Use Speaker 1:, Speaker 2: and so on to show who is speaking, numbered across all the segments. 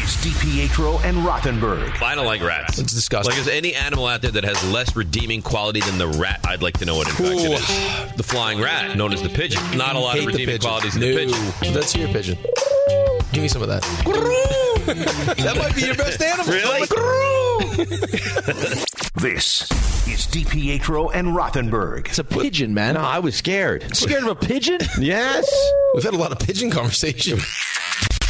Speaker 1: is DiPietro and Rothenberg.
Speaker 2: I don't like rats.
Speaker 3: It's disgusting.
Speaker 2: Like, is there any animal out there that has less redeeming quality than the rat? I'd like to know what, in fact, it is. The flying rat, known as the pigeon. Not a lot
Speaker 3: Hate
Speaker 2: of
Speaker 3: the
Speaker 2: redeeming
Speaker 3: pigeon.
Speaker 2: qualities in
Speaker 3: no.
Speaker 2: the pigeon.
Speaker 3: That's your pigeon. Give me some of that. that might be your best animal.
Speaker 1: This is DiPietro and Rothenberg.
Speaker 3: It's a pigeon, man.
Speaker 4: No, I was scared.
Speaker 3: Scared of a pigeon?
Speaker 4: Yes.
Speaker 3: We've had a lot of pigeon conversation.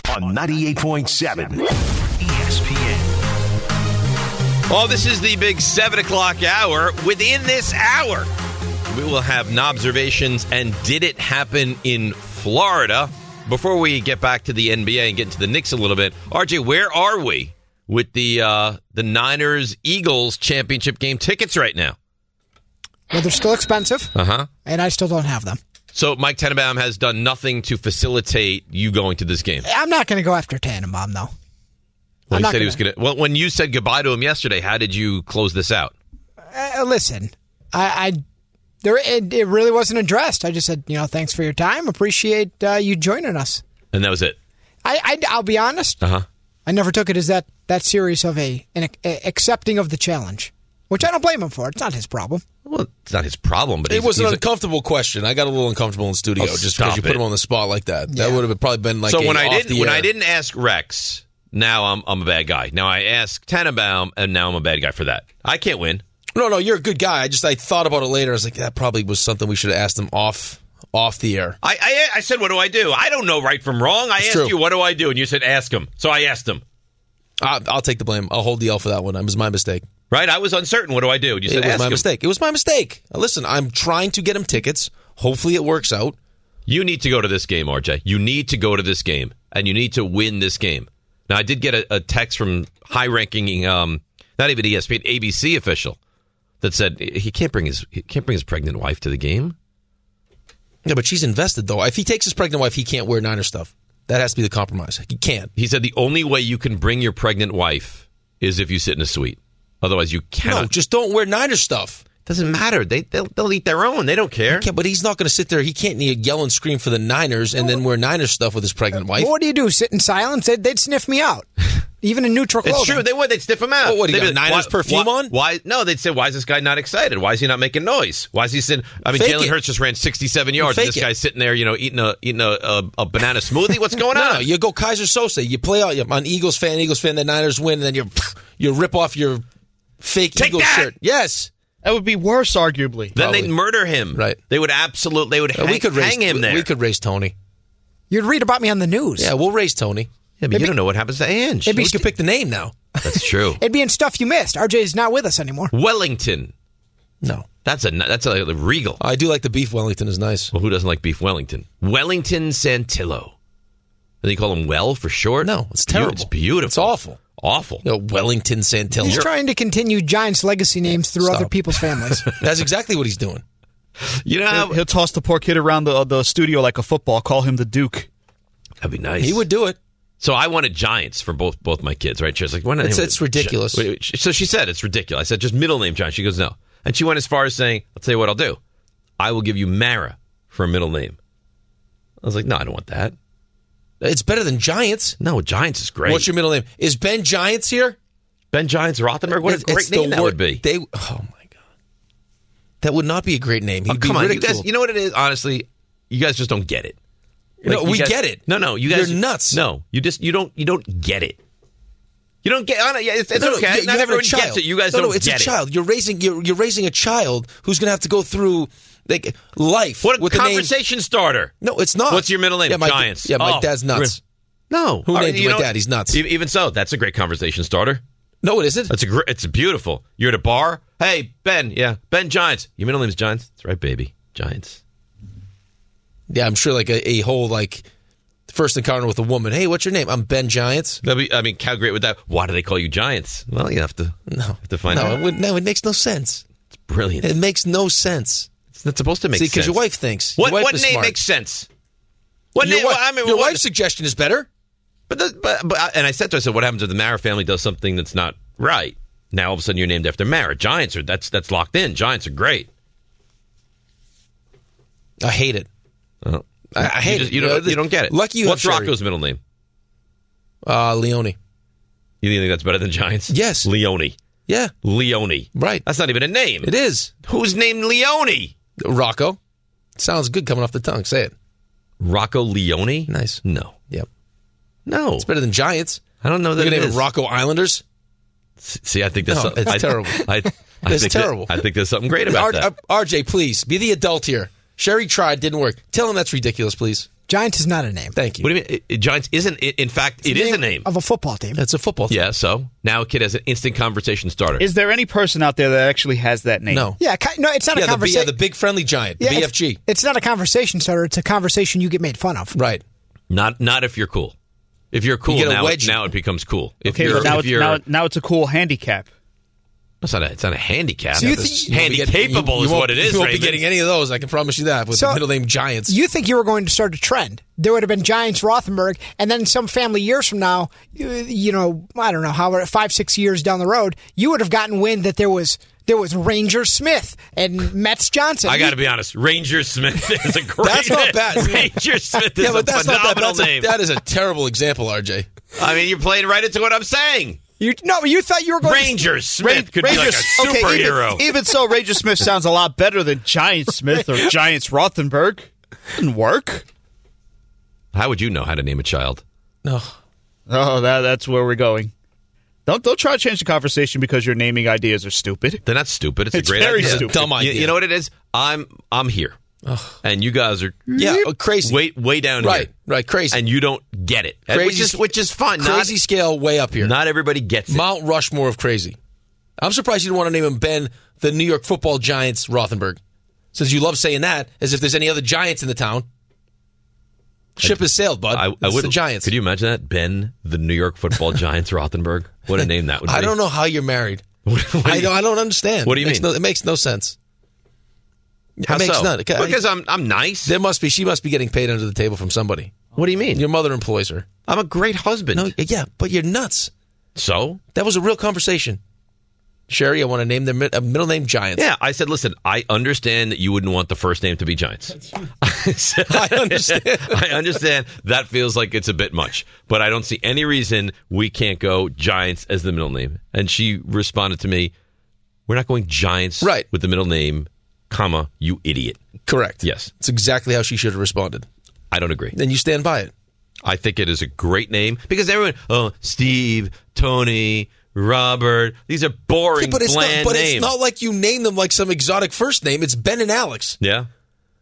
Speaker 1: on 98.7 ESPN.
Speaker 2: Well, this is the big 7 o'clock hour. Within this hour, we will have observations and did it happen in Florida? Before we get back to the NBA and get into the Knicks a little bit, RJ, where are we with the uh, the Niners Eagles championship game tickets right now?
Speaker 5: Well, they're still expensive,
Speaker 2: Uh huh.
Speaker 5: and I still don't have them.
Speaker 2: So Mike Tenenbaum has done nothing to facilitate you going to this game.
Speaker 5: I'm not going to go after Tannenbaum, though.
Speaker 2: Well,
Speaker 5: I'm
Speaker 2: he
Speaker 5: not
Speaker 2: said he was going to. Well, when you said goodbye to him yesterday, how did you close this out?
Speaker 5: Uh, listen, I, I there it, it really wasn't addressed. I just said, you know, thanks for your time. Appreciate uh, you joining us.
Speaker 2: And that was it.
Speaker 5: I, I will be honest.
Speaker 2: Uh
Speaker 4: Uh-huh.
Speaker 2: huh.
Speaker 5: I never took it as that that serious of a an ac- a- accepting of the challenge, which I don't blame him for. It's not his problem.
Speaker 2: Well, it's not his problem, but
Speaker 4: It
Speaker 2: he's-
Speaker 4: was an
Speaker 2: he's a-
Speaker 4: uncomfortable question. I got a little uncomfortable in the studio
Speaker 2: Oh,
Speaker 4: just
Speaker 2: stop
Speaker 4: because you put
Speaker 2: it.
Speaker 4: him on the spot like that. That
Speaker 5: Yeah.
Speaker 4: would have probably been like
Speaker 2: so
Speaker 4: a
Speaker 2: when I
Speaker 4: off
Speaker 2: didn't
Speaker 4: the
Speaker 2: when
Speaker 4: air.
Speaker 2: I didn't ask Rex, now I'm I'm a bad guy. Now I ask Tenenbaum, and now I'm a bad guy for that. I can't win.
Speaker 4: No, no, you're a good guy. I just I thought about it later. I was like, that probably was something we should have asked him off off the air.
Speaker 2: I I, I said, what do I do? I don't know right from wrong. I asked
Speaker 4: true.
Speaker 2: you, what do I do? And you said, ask him. So I asked him.
Speaker 4: I, I'll take the blame. I'll hold the L for that one. It was my mistake.
Speaker 2: Right? I was uncertain. What do I do? And you said,
Speaker 4: It was
Speaker 2: ask
Speaker 4: my
Speaker 2: him.
Speaker 4: mistake. It was my mistake. Now, Listen, I'm trying to get him tickets. Hopefully, it works out.
Speaker 2: You need to go to this game, RJ. You need to go to this game, and you need to win this game. Now, I did get a, a text from high-ranking, um, not even ESPN, ABC official that said he can't bring his he can't bring his pregnant wife to the game.
Speaker 4: Yeah, but she's invested though. If he takes his pregnant wife, he can't wear Niner stuff. That has to be the compromise. He can't.
Speaker 2: He said the only way you can bring your pregnant wife is if you sit in a suite. Otherwise, you cannot.
Speaker 4: No, just don't wear Niner stuff.
Speaker 2: doesn't matter. They they'll, they'll eat their own. They don't care.
Speaker 4: Yeah, but he's not going to sit there. He can't need yell and scream for the Niners and then wear Niner stuff with his pregnant wife.
Speaker 5: Well, what do you do? Sit in silence? They'd, they'd sniff me out, even in neutral clothing.
Speaker 2: It's true. They would. They'd sniff him out.
Speaker 4: What, what, he
Speaker 2: They'd
Speaker 4: got
Speaker 2: be like,
Speaker 4: Niners
Speaker 2: why-
Speaker 4: perfume
Speaker 2: why-
Speaker 4: on?
Speaker 2: Why? No, they'd say, "Why is this guy not excited? Why is he not making noise? Why is he sitting?" I mean,
Speaker 4: Fake
Speaker 2: Jalen
Speaker 4: it.
Speaker 2: Hurts just ran sixty-seven yards,
Speaker 4: Fake
Speaker 2: and this
Speaker 4: it.
Speaker 2: guy's sitting there, you know, eating a eating a, a, a banana smoothie. What's going
Speaker 4: No,
Speaker 2: on?
Speaker 4: no, you go Kaiser Sosa. You play out you're on Eagles fan, Eagles fan. The Niners win, and then you you rip off your fake
Speaker 2: Take
Speaker 4: Eagles
Speaker 2: that!
Speaker 4: shirt. Yes,
Speaker 6: That would be worse, arguably.
Speaker 2: then
Speaker 4: Probably.
Speaker 2: they'd murder him.
Speaker 4: Right.
Speaker 2: They would absolutely. They would
Speaker 4: Uh,
Speaker 2: hang,
Speaker 4: we could raise
Speaker 2: hang him
Speaker 4: we-
Speaker 2: there.
Speaker 4: We could raise Tony.
Speaker 5: You'd read about me on the news.
Speaker 4: Yeah, we'll raise Tony.
Speaker 2: Yeah, but you don't know what happens to Ange.
Speaker 4: Maybe we could pick the name now.
Speaker 2: That's true.
Speaker 5: It'd be in stuff you missed. RJ's not with us anymore.
Speaker 2: Wellington.
Speaker 4: No,
Speaker 2: That's a that's a, regal.
Speaker 4: I do like the beef. Wellington is nice.
Speaker 2: Well, who doesn't like beef Wellington? Wellington Santillo. And they call him Well for short.
Speaker 4: No, it's
Speaker 2: Beau-
Speaker 4: terrible.
Speaker 2: It's beautiful.
Speaker 4: It's awful.
Speaker 2: Awful.
Speaker 4: You know, Wellington Santillo.
Speaker 5: He's trying to continue Giants' legacy names through other
Speaker 4: Stop.
Speaker 5: people's families.
Speaker 4: That's exactly what he's doing.
Speaker 2: You know,
Speaker 6: He'll,
Speaker 2: how-
Speaker 6: he'll toss the poor kid around the the studio like a football. Call him the Duke.
Speaker 2: that'd be nice.
Speaker 4: He would do it.
Speaker 2: So I wanted Giants for both both my kids, right? She was like, "Why not?"
Speaker 4: It's-
Speaker 2: name
Speaker 4: it's
Speaker 2: it Gi-"
Speaker 4: ridiculous.
Speaker 2: Wait, wait, sh- So she said it's ridiculous. I said just middle name Giants. She goes no, and she went as far as saying, "I'll tell you what I'll do. I will give you Mara for a middle name." I was like, "No, I don't want that.
Speaker 4: It's better than Giants.
Speaker 2: No, Giants is great.
Speaker 4: What's your middle name? Is Ben Giants here?
Speaker 2: Ben Giants Rothenberg? What a
Speaker 4: It's-
Speaker 2: great
Speaker 4: it's the
Speaker 2: name that
Speaker 4: wor-
Speaker 2: would be."
Speaker 4: They, oh my god, that would not be a great name. He'd
Speaker 2: Oh,
Speaker 4: be
Speaker 2: come on, you guys.
Speaker 4: ridiculed.
Speaker 2: You know what it is? Honestly, you guys just don't get it.
Speaker 4: No,
Speaker 2: you
Speaker 4: we
Speaker 2: guys-
Speaker 4: get it.
Speaker 2: No, no, you guys
Speaker 4: You're nuts.
Speaker 2: No, you just you don't you don't get it. You don't get. I don't- yeah, It's, it's
Speaker 4: No, no,
Speaker 2: okay.
Speaker 4: you- you
Speaker 2: Not
Speaker 4: have a
Speaker 2: everyone
Speaker 4: child.
Speaker 2: gets it. You guys
Speaker 4: no,
Speaker 2: don't
Speaker 4: no, it's
Speaker 2: get
Speaker 4: a
Speaker 2: it.
Speaker 4: child. You're raising you're, you're raising a child who's going to have to go through They, life.
Speaker 2: What a
Speaker 4: with the name-
Speaker 2: conversation starter.
Speaker 4: No, it's not.
Speaker 2: What's your middle name?
Speaker 4: Yeah, my,
Speaker 2: Giants.
Speaker 4: Yeah, my
Speaker 2: Oh,
Speaker 4: dad's nuts.
Speaker 2: No.
Speaker 4: Who
Speaker 2: All
Speaker 4: named
Speaker 2: you
Speaker 4: my
Speaker 2: know-
Speaker 4: dad? He's nuts.
Speaker 2: E- Even so, that's a great conversation starter.
Speaker 4: No, it isn't.
Speaker 2: That's a gr- it's beautiful. You're at a bar. Hey, Ben. Yeah, Ben Giants. Your middle name's Giants. That's right, baby. Giants.
Speaker 4: Yeah, I'm sure like a, a whole like first encounter with a woman. Hey, what's your name? I'm Ben Giants.
Speaker 2: That'd be- I mean, how great would that? Why do they call you Giants? Well, you have to
Speaker 4: No,
Speaker 2: have to find
Speaker 4: no,
Speaker 2: out.
Speaker 4: It would, no, it makes no sense.
Speaker 2: Brilliant.
Speaker 4: It makes no sense.
Speaker 2: It's not supposed to make
Speaker 4: See,
Speaker 2: sense.
Speaker 4: because your wife thinks
Speaker 2: What,
Speaker 4: your wife
Speaker 2: what
Speaker 4: is
Speaker 2: name
Speaker 4: smart.
Speaker 2: makes sense? What
Speaker 4: your,
Speaker 2: name?
Speaker 4: wi-
Speaker 2: I mean,
Speaker 4: your
Speaker 2: what-
Speaker 4: wife's suggestion is better.
Speaker 2: But, the, but, but I- and I said to her, I said, what happens if the Mara family does something that's not right? Now all of a sudden you're named after Mara. Giants are that's that's locked in. Giants are great.
Speaker 4: I hate it. I, I hate
Speaker 2: you, just-
Speaker 4: it.
Speaker 2: you
Speaker 4: know,
Speaker 2: don't
Speaker 4: this-
Speaker 2: you don't get it.
Speaker 4: Lucky you
Speaker 2: What's
Speaker 4: have Sherry.
Speaker 2: Rocco's middle name?
Speaker 4: Uh, Leone.
Speaker 2: You think that's better than Giants?
Speaker 4: Yes.
Speaker 2: Leone.
Speaker 4: Yeah,
Speaker 2: Leone.
Speaker 4: Right.
Speaker 2: That's not even a name.
Speaker 4: it is
Speaker 2: Who's named Leone?
Speaker 4: Rocco. Sounds good coming off the tongue. Say it.
Speaker 2: Rocco Leone?
Speaker 4: Nice.
Speaker 2: No.
Speaker 4: Yep.
Speaker 2: No.
Speaker 4: It's better than Giants.
Speaker 2: I don't know that
Speaker 4: They're
Speaker 2: it
Speaker 4: gonna name
Speaker 2: is.
Speaker 4: it Rocco Islanders.
Speaker 2: See, I think that's
Speaker 4: No,
Speaker 2: some-
Speaker 4: it's
Speaker 2: I-
Speaker 4: terrible.
Speaker 2: I, I
Speaker 4: It's
Speaker 2: think that-
Speaker 4: terrible.
Speaker 2: I think there's something great about
Speaker 4: R-
Speaker 2: that.
Speaker 4: uh, RJ, please be the adult here. Sherry tried, didn't work. Tell him that's ridiculous, please.
Speaker 5: Giants is not a name.
Speaker 4: Thank you.
Speaker 2: what do you mean? It- Giants isn't. i- In fact, it is a name.
Speaker 5: of a football team.
Speaker 4: That's a football. Team.
Speaker 2: Yeah. So now a kid has an instant conversation starter.
Speaker 3: Is there any person out there that actually has that name?
Speaker 4: No.
Speaker 5: Yeah, ki- no, it's not
Speaker 4: Yeah, the, B,
Speaker 5: a
Speaker 4: yeah,
Speaker 5: conversation.
Speaker 4: the big friendly giant, the BFG.
Speaker 5: It's, it's not a conversation starter. It's a conversation you get made fun of.
Speaker 4: Right.
Speaker 2: Not not if you're cool. If you're cool
Speaker 4: get a
Speaker 2: now, it-
Speaker 4: wedgie.
Speaker 2: now it becomes cool. If
Speaker 3: Okay,
Speaker 2: you're,
Speaker 3: but now
Speaker 2: if
Speaker 3: it's,
Speaker 2: you're
Speaker 3: now, now it's a cool handicap.
Speaker 2: it's not a it's not a handicap.
Speaker 5: So you
Speaker 2: It's
Speaker 5: think-
Speaker 4: You won't be getting- you-
Speaker 2: handicapable
Speaker 4: you
Speaker 2: is
Speaker 4: won't-
Speaker 2: what it is.
Speaker 4: You won't
Speaker 2: Raymond.
Speaker 4: be getting any of those. I can promise you that with
Speaker 5: So-
Speaker 4: the middle name Giants.
Speaker 5: You think you were going to start a trend? There would have been Giants Rothenberg, and then some family years from now, you, you know, I don't know how five six years down the road, you would have gotten wind that there was there was Ranger Smith and Mets Johnson.
Speaker 2: I got
Speaker 5: You-
Speaker 2: to be honest. Ranger Smith is a great.
Speaker 4: That's not bad.
Speaker 2: Ranger Smith is
Speaker 4: yeah, but
Speaker 2: a
Speaker 4: that's not that.
Speaker 2: phenomenal
Speaker 4: That's a,
Speaker 2: name.
Speaker 4: that is a terrible example, RJ.
Speaker 2: I mean, you're playing right into what I'm saying.
Speaker 5: you, no, you thought you were going to
Speaker 2: Ranger Smith could be like a
Speaker 3: okay, even-
Speaker 2: superhero.
Speaker 3: even, so, Ranger Smith sounds a lot better than Giant Smith or Giants Rothenberg. Didn't work.
Speaker 2: How would you know how to name a child?
Speaker 4: No.
Speaker 3: Oh, that, that's where we're going. Don't don't try to change the conversation because your naming ideas are stupid.
Speaker 2: They're not stupid. It's,
Speaker 3: It's
Speaker 2: a great
Speaker 3: very
Speaker 2: idea.
Speaker 3: stupid.
Speaker 4: Dumb
Speaker 2: You- You,
Speaker 4: idea.
Speaker 2: know what it is? I'm I'm here, and you guys are
Speaker 4: Yeah, oh, crazy.
Speaker 2: way way down
Speaker 4: Right,
Speaker 2: here,
Speaker 4: right, crazy.
Speaker 2: and you don't get it, And which
Speaker 4: Crazy-
Speaker 2: is which is fun.
Speaker 4: Crazy scale way up here.
Speaker 2: Not, not everybody gets it.
Speaker 4: Mount Rushmore of crazy. I'm surprised you didn't want to name him Ben, the New York Football Giants Rothenberg, since you love saying that as if there's any other Giants in the town. Ship has sailed, bud.
Speaker 2: I, I
Speaker 4: It's
Speaker 2: would
Speaker 4: the Giants.
Speaker 2: Could you imagine that? Ben, the New York Football Giants Rothenberg. What a name that would be.
Speaker 4: I don't know how you're married.
Speaker 2: What do
Speaker 4: I
Speaker 2: you-
Speaker 4: don't. I don't understand.
Speaker 2: What do you
Speaker 4: Makes
Speaker 2: mean?
Speaker 4: No, it makes no sense.
Speaker 2: How
Speaker 4: it makes
Speaker 2: so?
Speaker 4: none. Okay,
Speaker 2: Because I'm I'm nice.
Speaker 4: There must be. She must be getting paid under the table from somebody.
Speaker 2: what do you mean?
Speaker 4: Your mother employs her.
Speaker 2: I'm a great husband.
Speaker 4: No, yeah, but you're nuts.
Speaker 2: so
Speaker 4: That was a real conversation. Sherry, I want to name their mid- uh, middle name Giants.
Speaker 2: yeah, I said, listen, I understand that you wouldn't want the first name to be Giants. I
Speaker 4: understand.
Speaker 2: I understand that feels like it's a bit much, but I don't see any reason we can't go Giants as the middle name. And she responded to me, "We're not going Giants,
Speaker 4: Right.
Speaker 2: With the middle name, comma, you idiot."
Speaker 4: correct.
Speaker 2: Yes.
Speaker 4: it's exactly how she should have responded.
Speaker 2: I don't agree.
Speaker 4: Then you stand by it.
Speaker 2: I think it is a great name because everyone, oh, Steve, Tony, Robert, these are boring,
Speaker 4: but it's
Speaker 2: bland
Speaker 4: not. But
Speaker 2: names.
Speaker 4: it's not like you name them like some exotic first name. It's Ben and Alex.
Speaker 2: yeah.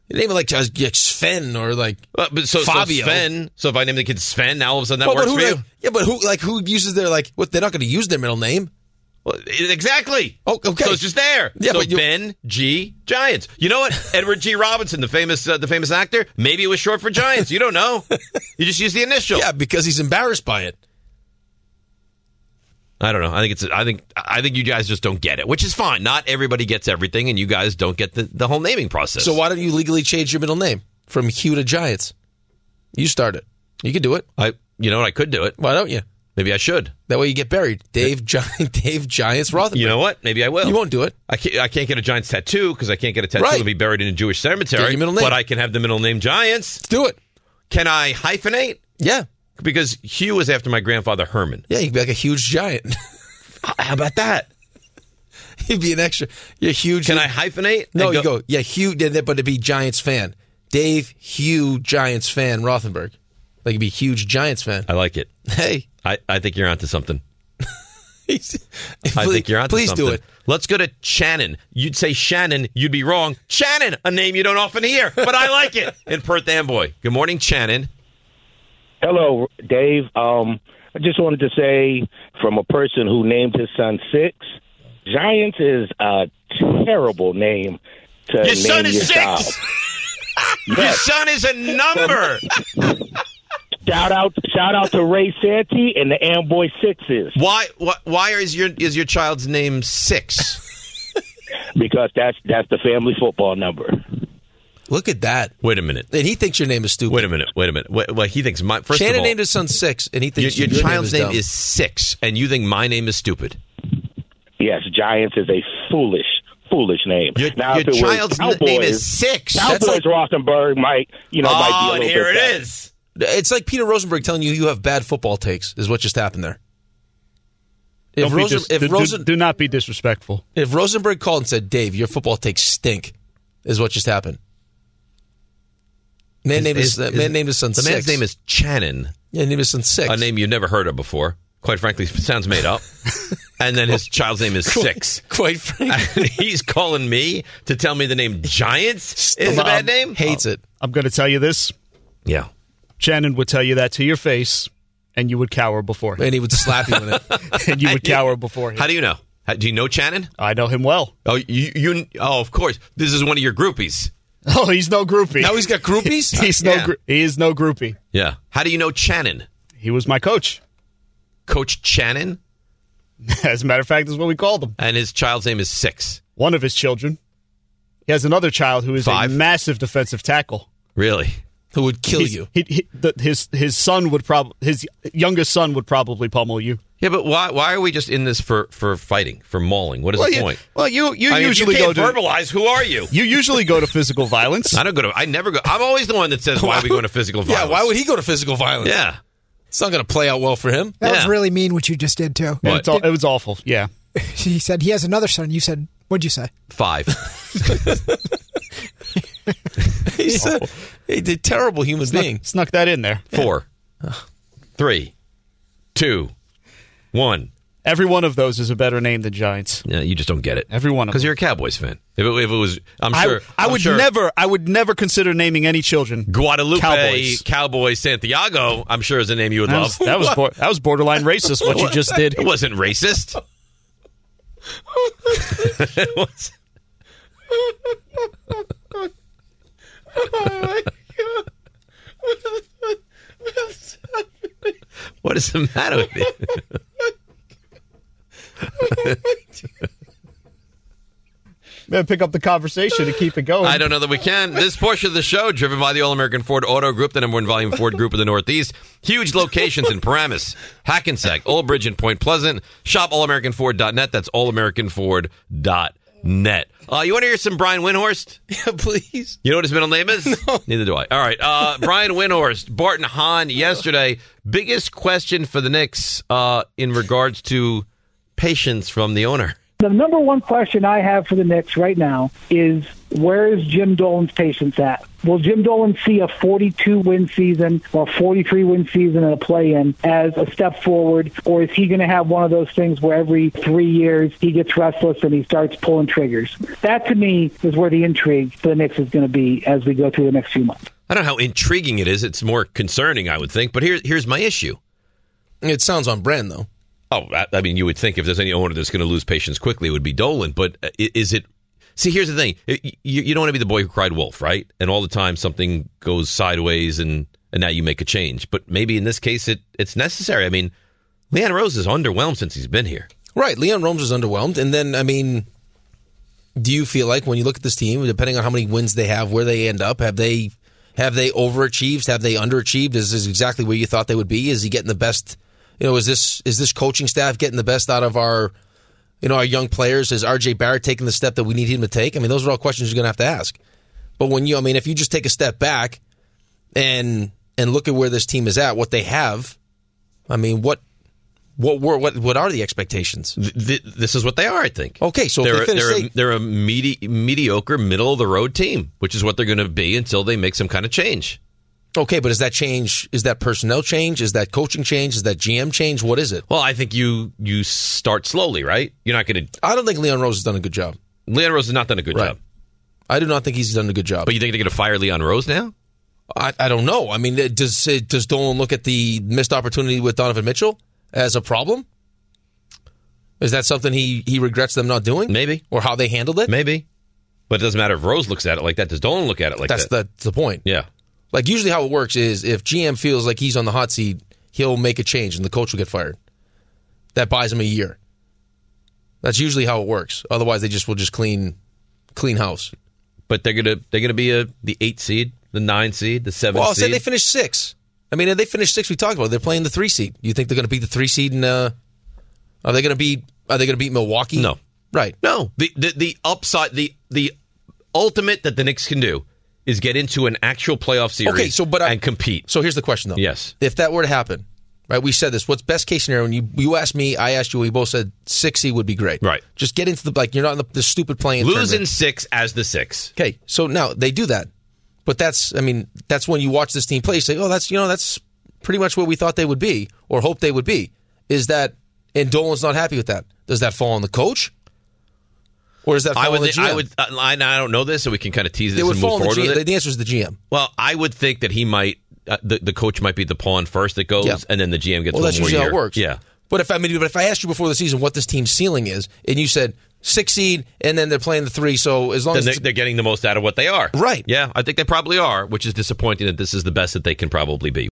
Speaker 4: You name it like uh, yeah, Sven or like.
Speaker 2: Well, but so,
Speaker 4: Fabio.
Speaker 2: so Sven. So if I name the kid Sven, now all of a sudden that
Speaker 4: Well,
Speaker 2: works
Speaker 4: but who,
Speaker 2: for you.
Speaker 4: like- yeah, but who like who uses their like what? They're not going to use their middle name.
Speaker 2: Well, it- exactly.
Speaker 4: Oh, okay.
Speaker 2: So it's just there.
Speaker 4: Yeah,
Speaker 2: so
Speaker 4: but you-
Speaker 2: Ben G. Giants. You know what? Edward G. Robinson, the famous uh, the famous actor. Maybe it was short for Giants. You don't know. you just use the initial.
Speaker 4: Yeah, because he's embarrassed by it.
Speaker 2: I don't know. I think it's. I think. I think you guys just don't get it, which is fine. Not everybody gets everything, and you guys don't get the, the whole naming process.
Speaker 4: So why don't you legally change your middle name from Hugh to Giants? You start it. You could do it.
Speaker 2: I. You know what? I could do it.
Speaker 4: Why don't you?
Speaker 2: Maybe I should.
Speaker 4: That way you get buried. Dave Giant Dave Giants Rothenberg.
Speaker 2: You know what? Maybe I will.
Speaker 4: You won't do it.
Speaker 2: I can't, I can't get a Giants tattoo because I can't get a tattoo
Speaker 4: Right.
Speaker 2: and be buried in a Jewish cemetery.
Speaker 4: Get your middle name.
Speaker 2: But I can have the middle name Giants.
Speaker 4: Do it.
Speaker 2: Can I hyphenate?
Speaker 4: Yeah.
Speaker 2: Because Hugh was after my grandfather Herman.
Speaker 4: Yeah, you'd be like a huge giant.
Speaker 2: How about that?
Speaker 4: you'd be an extra. You're huge.
Speaker 2: Can I hyphenate?
Speaker 4: No,
Speaker 2: and
Speaker 4: you go. Yeah, Hugh did it, but to be Giants fan. Dave Hugh Giants fan Rothenberg. Like you'd be huge Giants fan.
Speaker 2: I like it.
Speaker 4: Hey,
Speaker 2: I, I think you're onto something. I think you're onto
Speaker 4: Please
Speaker 2: something.
Speaker 4: do it.
Speaker 2: Let's go to Shannon. You'd say Shannon, you'd be wrong. Shannon, a name you don't often hear, but I like it. In Perth Amboy. Good morning, Shannon.
Speaker 7: Hello, Dave. Um, I just wanted to say from a person who named his son Six, Giants is a terrible name to
Speaker 2: Your
Speaker 7: name
Speaker 2: son is
Speaker 7: your
Speaker 2: six?
Speaker 7: child.
Speaker 2: Your son is a number.
Speaker 7: Shout out! Shout out to Ray Santee and the Amboy Sixes
Speaker 2: why, why? Why is your is your child's name six?
Speaker 7: because that's that's the family football number.
Speaker 4: Look at that.
Speaker 2: Wait a minute.
Speaker 4: And he thinks your name is stupid.
Speaker 2: Wait a minute. Wait a minute. Wait, wait, he thinks my first
Speaker 4: Shannon
Speaker 2: of all,
Speaker 4: named his son six, and he
Speaker 2: your,
Speaker 4: thinks
Speaker 2: your, child's name,
Speaker 4: dumb.
Speaker 2: is six, and you think my name is stupid.
Speaker 7: Yes, Giants is a foolish, foolish name.
Speaker 2: Your,
Speaker 7: now,
Speaker 2: your
Speaker 7: if it was
Speaker 2: child's n-
Speaker 7: Cowboys,
Speaker 2: name is six.
Speaker 7: Cowboys Rothenberg might you know
Speaker 2: oh,
Speaker 7: might
Speaker 2: and
Speaker 7: be a little
Speaker 2: here
Speaker 7: bit
Speaker 2: it
Speaker 7: better.
Speaker 2: is.
Speaker 4: It's like Peter Rosenberg telling you you have bad football takes. Is what just happened there. If,
Speaker 6: Don't be
Speaker 4: Rosen,
Speaker 6: dis-
Speaker 4: if,
Speaker 6: do- do-
Speaker 4: Rosen,
Speaker 6: do not be disrespectful.
Speaker 4: if Rosenberg called and said, "Dave, your football takes stink," is what just happened. Man named his, man named his son.
Speaker 2: The man's
Speaker 4: Six.
Speaker 2: name is Shannon,
Speaker 4: yeah, named his son six.
Speaker 2: a name you've never heard of before. Quite frankly, sounds made up. and then his child's name is six.
Speaker 4: Quite frankly,
Speaker 2: And he's calling me to tell me the name Giants is a
Speaker 6: Stop.
Speaker 4: Um,
Speaker 2: bad name.
Speaker 4: hates it.
Speaker 6: Oh. I'm going to tell you this.
Speaker 2: Yeah.
Speaker 6: Shannon would tell you that to your face, and you would cower before him.
Speaker 4: And he would slap you in it.
Speaker 6: and you would cower before him.
Speaker 2: How do you know? How, do you know Shannon?
Speaker 6: I know him well.
Speaker 2: Oh, you, you. Oh, of course. This is one of your groupies.
Speaker 6: Oh, he's no groupie.
Speaker 4: Now he's got groupies.
Speaker 6: he's no.
Speaker 2: Yeah.
Speaker 6: grou- he is no groupie.
Speaker 2: Yeah. How do you know Shannon?
Speaker 6: He was my coach.
Speaker 2: Coach Shannon,
Speaker 6: As a matter of fact, is what we called him.
Speaker 2: and his child's name is Six.
Speaker 6: One of his children. He has another child who is
Speaker 2: Five.
Speaker 6: a massive defensive tackle.
Speaker 2: Really?
Speaker 4: Who would kill
Speaker 6: He's-
Speaker 4: you?
Speaker 6: He, he, the, his his son would probably his youngest son would probably pummel you.
Speaker 2: Yeah, but why? Why are we just in this for for fighting for mauling? What is the
Speaker 6: you,
Speaker 2: point?
Speaker 6: well, you you
Speaker 2: I mean, if
Speaker 6: usually
Speaker 2: you can't
Speaker 6: go to
Speaker 2: verbalize. Who are you?
Speaker 6: you usually go to physical violence.
Speaker 2: I don't go to. I never go. I'm always the one that says why are we going to physical
Speaker 4: Yeah.
Speaker 2: violence.
Speaker 4: Why would he go to physical violence?
Speaker 2: Yeah.
Speaker 4: It's not going to play out well for him.
Speaker 5: That was
Speaker 2: Yeah.
Speaker 5: really mean what you just did too.
Speaker 6: And it's all, it was awful. Yeah,
Speaker 5: He said he has another son. You said what'd you say?
Speaker 2: Five.
Speaker 4: He's a, he's a terrible human being.
Speaker 6: snuck that in there.
Speaker 2: Four. Three. Two. One.
Speaker 6: Every one of those is a better name than Giants.
Speaker 2: Yeah, you just don't get it.
Speaker 6: Every one of
Speaker 2: Because
Speaker 6: them.
Speaker 2: you're a Cowboys fan. If it, if it was, I'm sure.
Speaker 6: I, I
Speaker 2: I'm
Speaker 6: would
Speaker 2: sure
Speaker 6: never, I would never consider naming any children
Speaker 2: Guadalupe
Speaker 6: Cowboys.
Speaker 2: Cowboy Santiago. I'm sure is a name you would
Speaker 6: That
Speaker 2: love.
Speaker 6: was, that was bor- that was borderline racist. What you just did.
Speaker 2: It wasn't racist. It was-
Speaker 8: Oh
Speaker 2: What is the matter with you?
Speaker 6: Man, pick up the conversation and keep it going.
Speaker 2: I don't know that we can. This portion of the show, driven by the All American Ford Auto Group, the number one volume Ford group in the Northeast. Huge locations in Paramus, Hackensack, Old Bridge, and Point Pleasant. Shop allamericanford.net. That's allamericanford.net. Uh, you want to hear some Brian Windhorst?
Speaker 4: Yeah, please.
Speaker 2: You know what his middle name is? Neither do I. All right. Uh, Brian Windhorst, Barton Hahn yesterday. Biggest question for the Knicks uh, in regards to patience from the owner.
Speaker 9: The number one question I have for the Knicks right now is where is Jim Dolan's patience at? Will Jim Dolan see a 42 win season or 43 win season and a play in as a step forward, or is he going to have one of those things where every three years he gets restless and he starts pulling triggers? That to me is where the intrigue for the Knicks is going to be as we go through the next few months.
Speaker 2: I don't know how intriguing it is. It's more concerning, I would think. But here, here's my issue.
Speaker 4: It sounds on brand though.
Speaker 2: Oh, I, I mean, you would think if there's any owner that's going to lose patience quickly, it would be Dolan. But uh, i- is it? See, here's the thing: I- you, you don't want to be the boy who cried wolf, right? And all the time something goes sideways, and and now you make a change. But maybe in this case, it it's necessary. I mean, Leon Rose is underwhelmed since he's been here.
Speaker 4: Right. Leon Rome's was underwhelmed. And then, I mean, do you feel like when you look at this team, depending on how many wins they have, where they end up, have they have they overachieved? Have they underachieved? Is this exactly where you thought they would be? Is he getting the best you know, is this is this coaching staff getting the best out of our you know, our young players? Is RJ Barrett taking the step that we need him to take? I mean, those are all questions you're gonna have to ask. But when you I mean, if you just take a step back and and look at where this team is at, what they have, I mean, what what were what what are the expectations?
Speaker 2: Th- th- this is what they are, I think.
Speaker 4: Okay, so if
Speaker 2: they're
Speaker 4: they finish
Speaker 2: they're, a,
Speaker 4: eighth-
Speaker 2: they're a medi- mediocre, middle of the road team, which is what they're going to be until they make some kind of change.
Speaker 4: Okay, but is that change? Is that personnel change? Is that coaching change? Is that GM change? What is it?
Speaker 2: Well, I think you you start slowly, right? You're not going to.
Speaker 4: I don't think Leon Rose has done a good job.
Speaker 2: Leon Rose has not done a good
Speaker 4: Right.
Speaker 2: job.
Speaker 4: I do not think he's done a good job.
Speaker 2: But you think they're going to fire Leon Rose now?
Speaker 4: I, I don't know. I mean, it- does it, does Dolan look at the missed opportunity with Donovan Mitchell as a problem? Is that something he he regrets them not doing?
Speaker 2: Maybe.
Speaker 4: or how they handled it?
Speaker 2: Maybe. But it doesn't matter if Rose looks at it like that. Does Dolan look at it like
Speaker 4: That's
Speaker 2: that?
Speaker 4: the the point.
Speaker 2: yeah.
Speaker 4: Like usually how it works is if GM feels like he's on the hot seat, he'll make a change and the coach will get fired. That buys him a year. That's usually how it works. Otherwise, they just will just clean clean house.
Speaker 2: But they're gonna they're gonna be a the eight seed, the nine seed, the seven.
Speaker 4: Well, I'll say
Speaker 2: seed.
Speaker 4: they finished six. I mean, if they finished six. We talked about it. they're playing the three seed. You think they're going to beat the three seed? And uh, are they going to beat Are they going to beat Milwaukee?
Speaker 2: No.
Speaker 4: right.
Speaker 2: No, the, the the upside, the the ultimate that the Knicks can do is get into an actual playoff series.
Speaker 4: Okay, so but I-
Speaker 2: and compete.
Speaker 4: So here's the question though.
Speaker 2: Yes.
Speaker 4: If that were to happen, right? We said this. What's best case scenario? And you you asked me, I asked you. We both said six seed would be great.
Speaker 2: Right.
Speaker 4: Just get into the like you're not in the, the stupid playing
Speaker 2: Lose
Speaker 4: tournament.
Speaker 2: in six as the six.
Speaker 4: Okay, so now they do that, but that's I mean that's when you watch this team play. You say, oh, that's you know that's pretty much where we thought they would be or hope they would be. Is that and Dolan's not happy with that? Does that fall on the coach, or does that fall
Speaker 2: I would,
Speaker 4: on the
Speaker 2: thi-
Speaker 4: GM?
Speaker 2: I would, uh, I, I don't know this, so we can kind of tease this
Speaker 4: it would
Speaker 2: and move
Speaker 4: fall on the
Speaker 2: forward
Speaker 4: GM.
Speaker 2: with
Speaker 4: The,
Speaker 2: it.
Speaker 4: the answer is the GM.
Speaker 2: well, I would think that he might, uh, the, the coach might be the pawn first that goes,
Speaker 4: Yeah.
Speaker 2: and then the GM gets
Speaker 4: Well,
Speaker 2: one
Speaker 4: that's
Speaker 2: more
Speaker 4: usually how
Speaker 2: year.
Speaker 4: it works.
Speaker 2: Yeah,
Speaker 4: But if I mean, but if I asked you before the season what this team's ceiling is, and you said six seed, and then they're playing the three, so as long
Speaker 2: then
Speaker 4: as
Speaker 2: they're,
Speaker 4: it's-
Speaker 2: they're getting the most out of what they are.
Speaker 4: Right.
Speaker 2: Yeah, I think they probably are, which is disappointing that this is the best that they can probably be.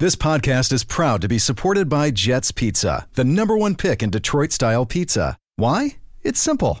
Speaker 8: This podcast is proud to be supported by Jets Pizza, the number one pick in Detroit style pizza. Why? It's simple.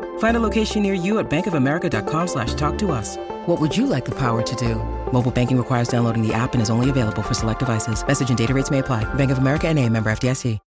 Speaker 10: Find a location near you at bankofamerica.com slash talk to us. What would you like the power to do? Mobile banking requires downloading the app and is only available for select devices. Message and data rates may apply. Bank of America and a member FDIC.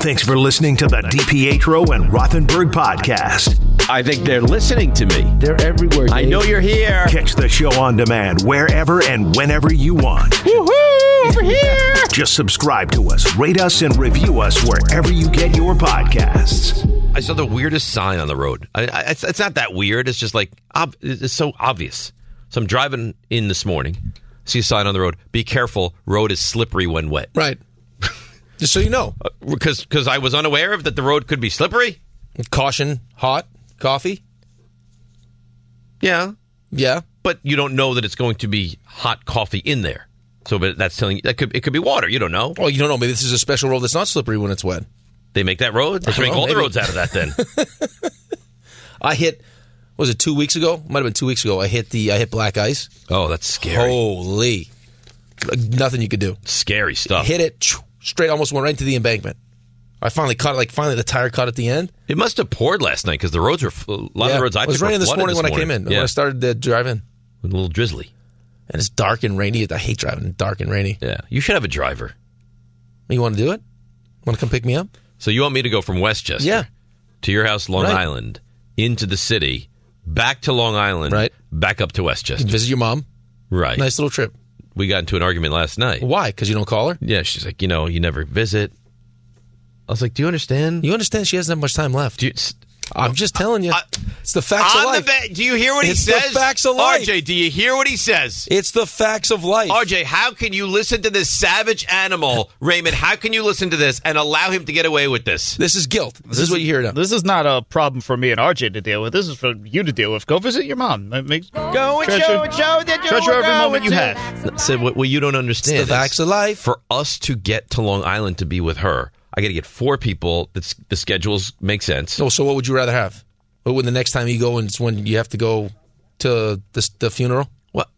Speaker 1: Thanks for listening to the DiPietro and Rothenberg podcast.
Speaker 11: I think they're listening to me. They're everywhere. I know you're here.
Speaker 1: Catch the show on demand wherever and whenever you want.
Speaker 11: Woohoo! Over here.
Speaker 1: Just subscribe to us, rate us, and review us wherever you get your podcasts.
Speaker 2: I saw the weirdest sign on the road. I, I, it's, it's not that weird. It's just like ob- it's so obvious. So I'm driving in this morning, see a sign on the road. Be careful, road is slippery when wet.
Speaker 4: right. Just so you know,
Speaker 2: Because because Uh, I was unaware of that the road could be slippery.
Speaker 4: caution, hot coffee.
Speaker 2: Yeah,
Speaker 4: Yeah,
Speaker 2: but you don't know that it's going to be hot coffee in there. So but that's telling you that could it could be water. You don't know.
Speaker 4: Well, Oh, you don't know. Maybe this is a special road that's not slippery when it's wet.
Speaker 2: They make that road. They should make
Speaker 4: Well,
Speaker 2: all the
Speaker 4: maybe.
Speaker 2: roads out of that. Then
Speaker 4: I hit. Was it two weeks ago? Might have been two weeks ago. I hit the. I hit black ice.
Speaker 2: oh, that's scary.
Speaker 4: Holy, Like, nothing you could do.
Speaker 2: Scary stuff.
Speaker 4: Hit it choo, straight. Almost went right into the embankment. I finally caught. it, Like finally, the tire caught at the end.
Speaker 2: It must have poured last night because the roads were fl- a lot of the roads I
Speaker 4: it was
Speaker 2: took were
Speaker 4: raining this
Speaker 2: flooded
Speaker 4: morning when I came in. When
Speaker 2: Yeah,
Speaker 4: I started the drive in,
Speaker 2: a little drizzly.
Speaker 4: and it's dark and rainy. I hate driving dark and rainy.
Speaker 2: Yeah, you should have a driver.
Speaker 4: You want to do it? Want to come pick me up?
Speaker 2: So you want me to go from Westchester
Speaker 4: Yeah.
Speaker 2: to your house, Long
Speaker 4: Right.
Speaker 2: Island, into the city, back to Long Island,
Speaker 4: Right.
Speaker 2: back up to Westchester.
Speaker 4: Visit your mom.
Speaker 2: Right.
Speaker 4: Nice little trip.
Speaker 2: We got into an argument last night.
Speaker 4: Why? Because you don't call her.
Speaker 2: Yeah, she's like, you know, you never visit. I was like, "Do you understand?
Speaker 4: You understand? She doesn't have much time left. I'm just telling you, it's the facts of
Speaker 2: On the
Speaker 4: life.
Speaker 2: ba- do you hear what
Speaker 4: It's
Speaker 2: he
Speaker 4: the
Speaker 2: says?
Speaker 4: facts of life.
Speaker 2: RJ, do you hear what he says?
Speaker 4: It's the facts of life.
Speaker 2: RJ, how can you listen to this savage animal, Raymond? How can you listen to this and allow him to get away with this?
Speaker 4: This is guilt. This,
Speaker 6: is what you hear now. This is not a problem for me and RJ to deal with. This is for you to deal with. Go visit your mom. That makes-
Speaker 2: Go
Speaker 6: treasure- treasure every moment you had.
Speaker 2: Said, well, well, you don't understand.
Speaker 4: It's the facts
Speaker 2: of life. For us to get to Long Island to be with her, I got to get four people. That's, the schedules make sense.
Speaker 4: No, so what would you rather have? But when the next time you go and it's when you have to go to the, the funeral? What?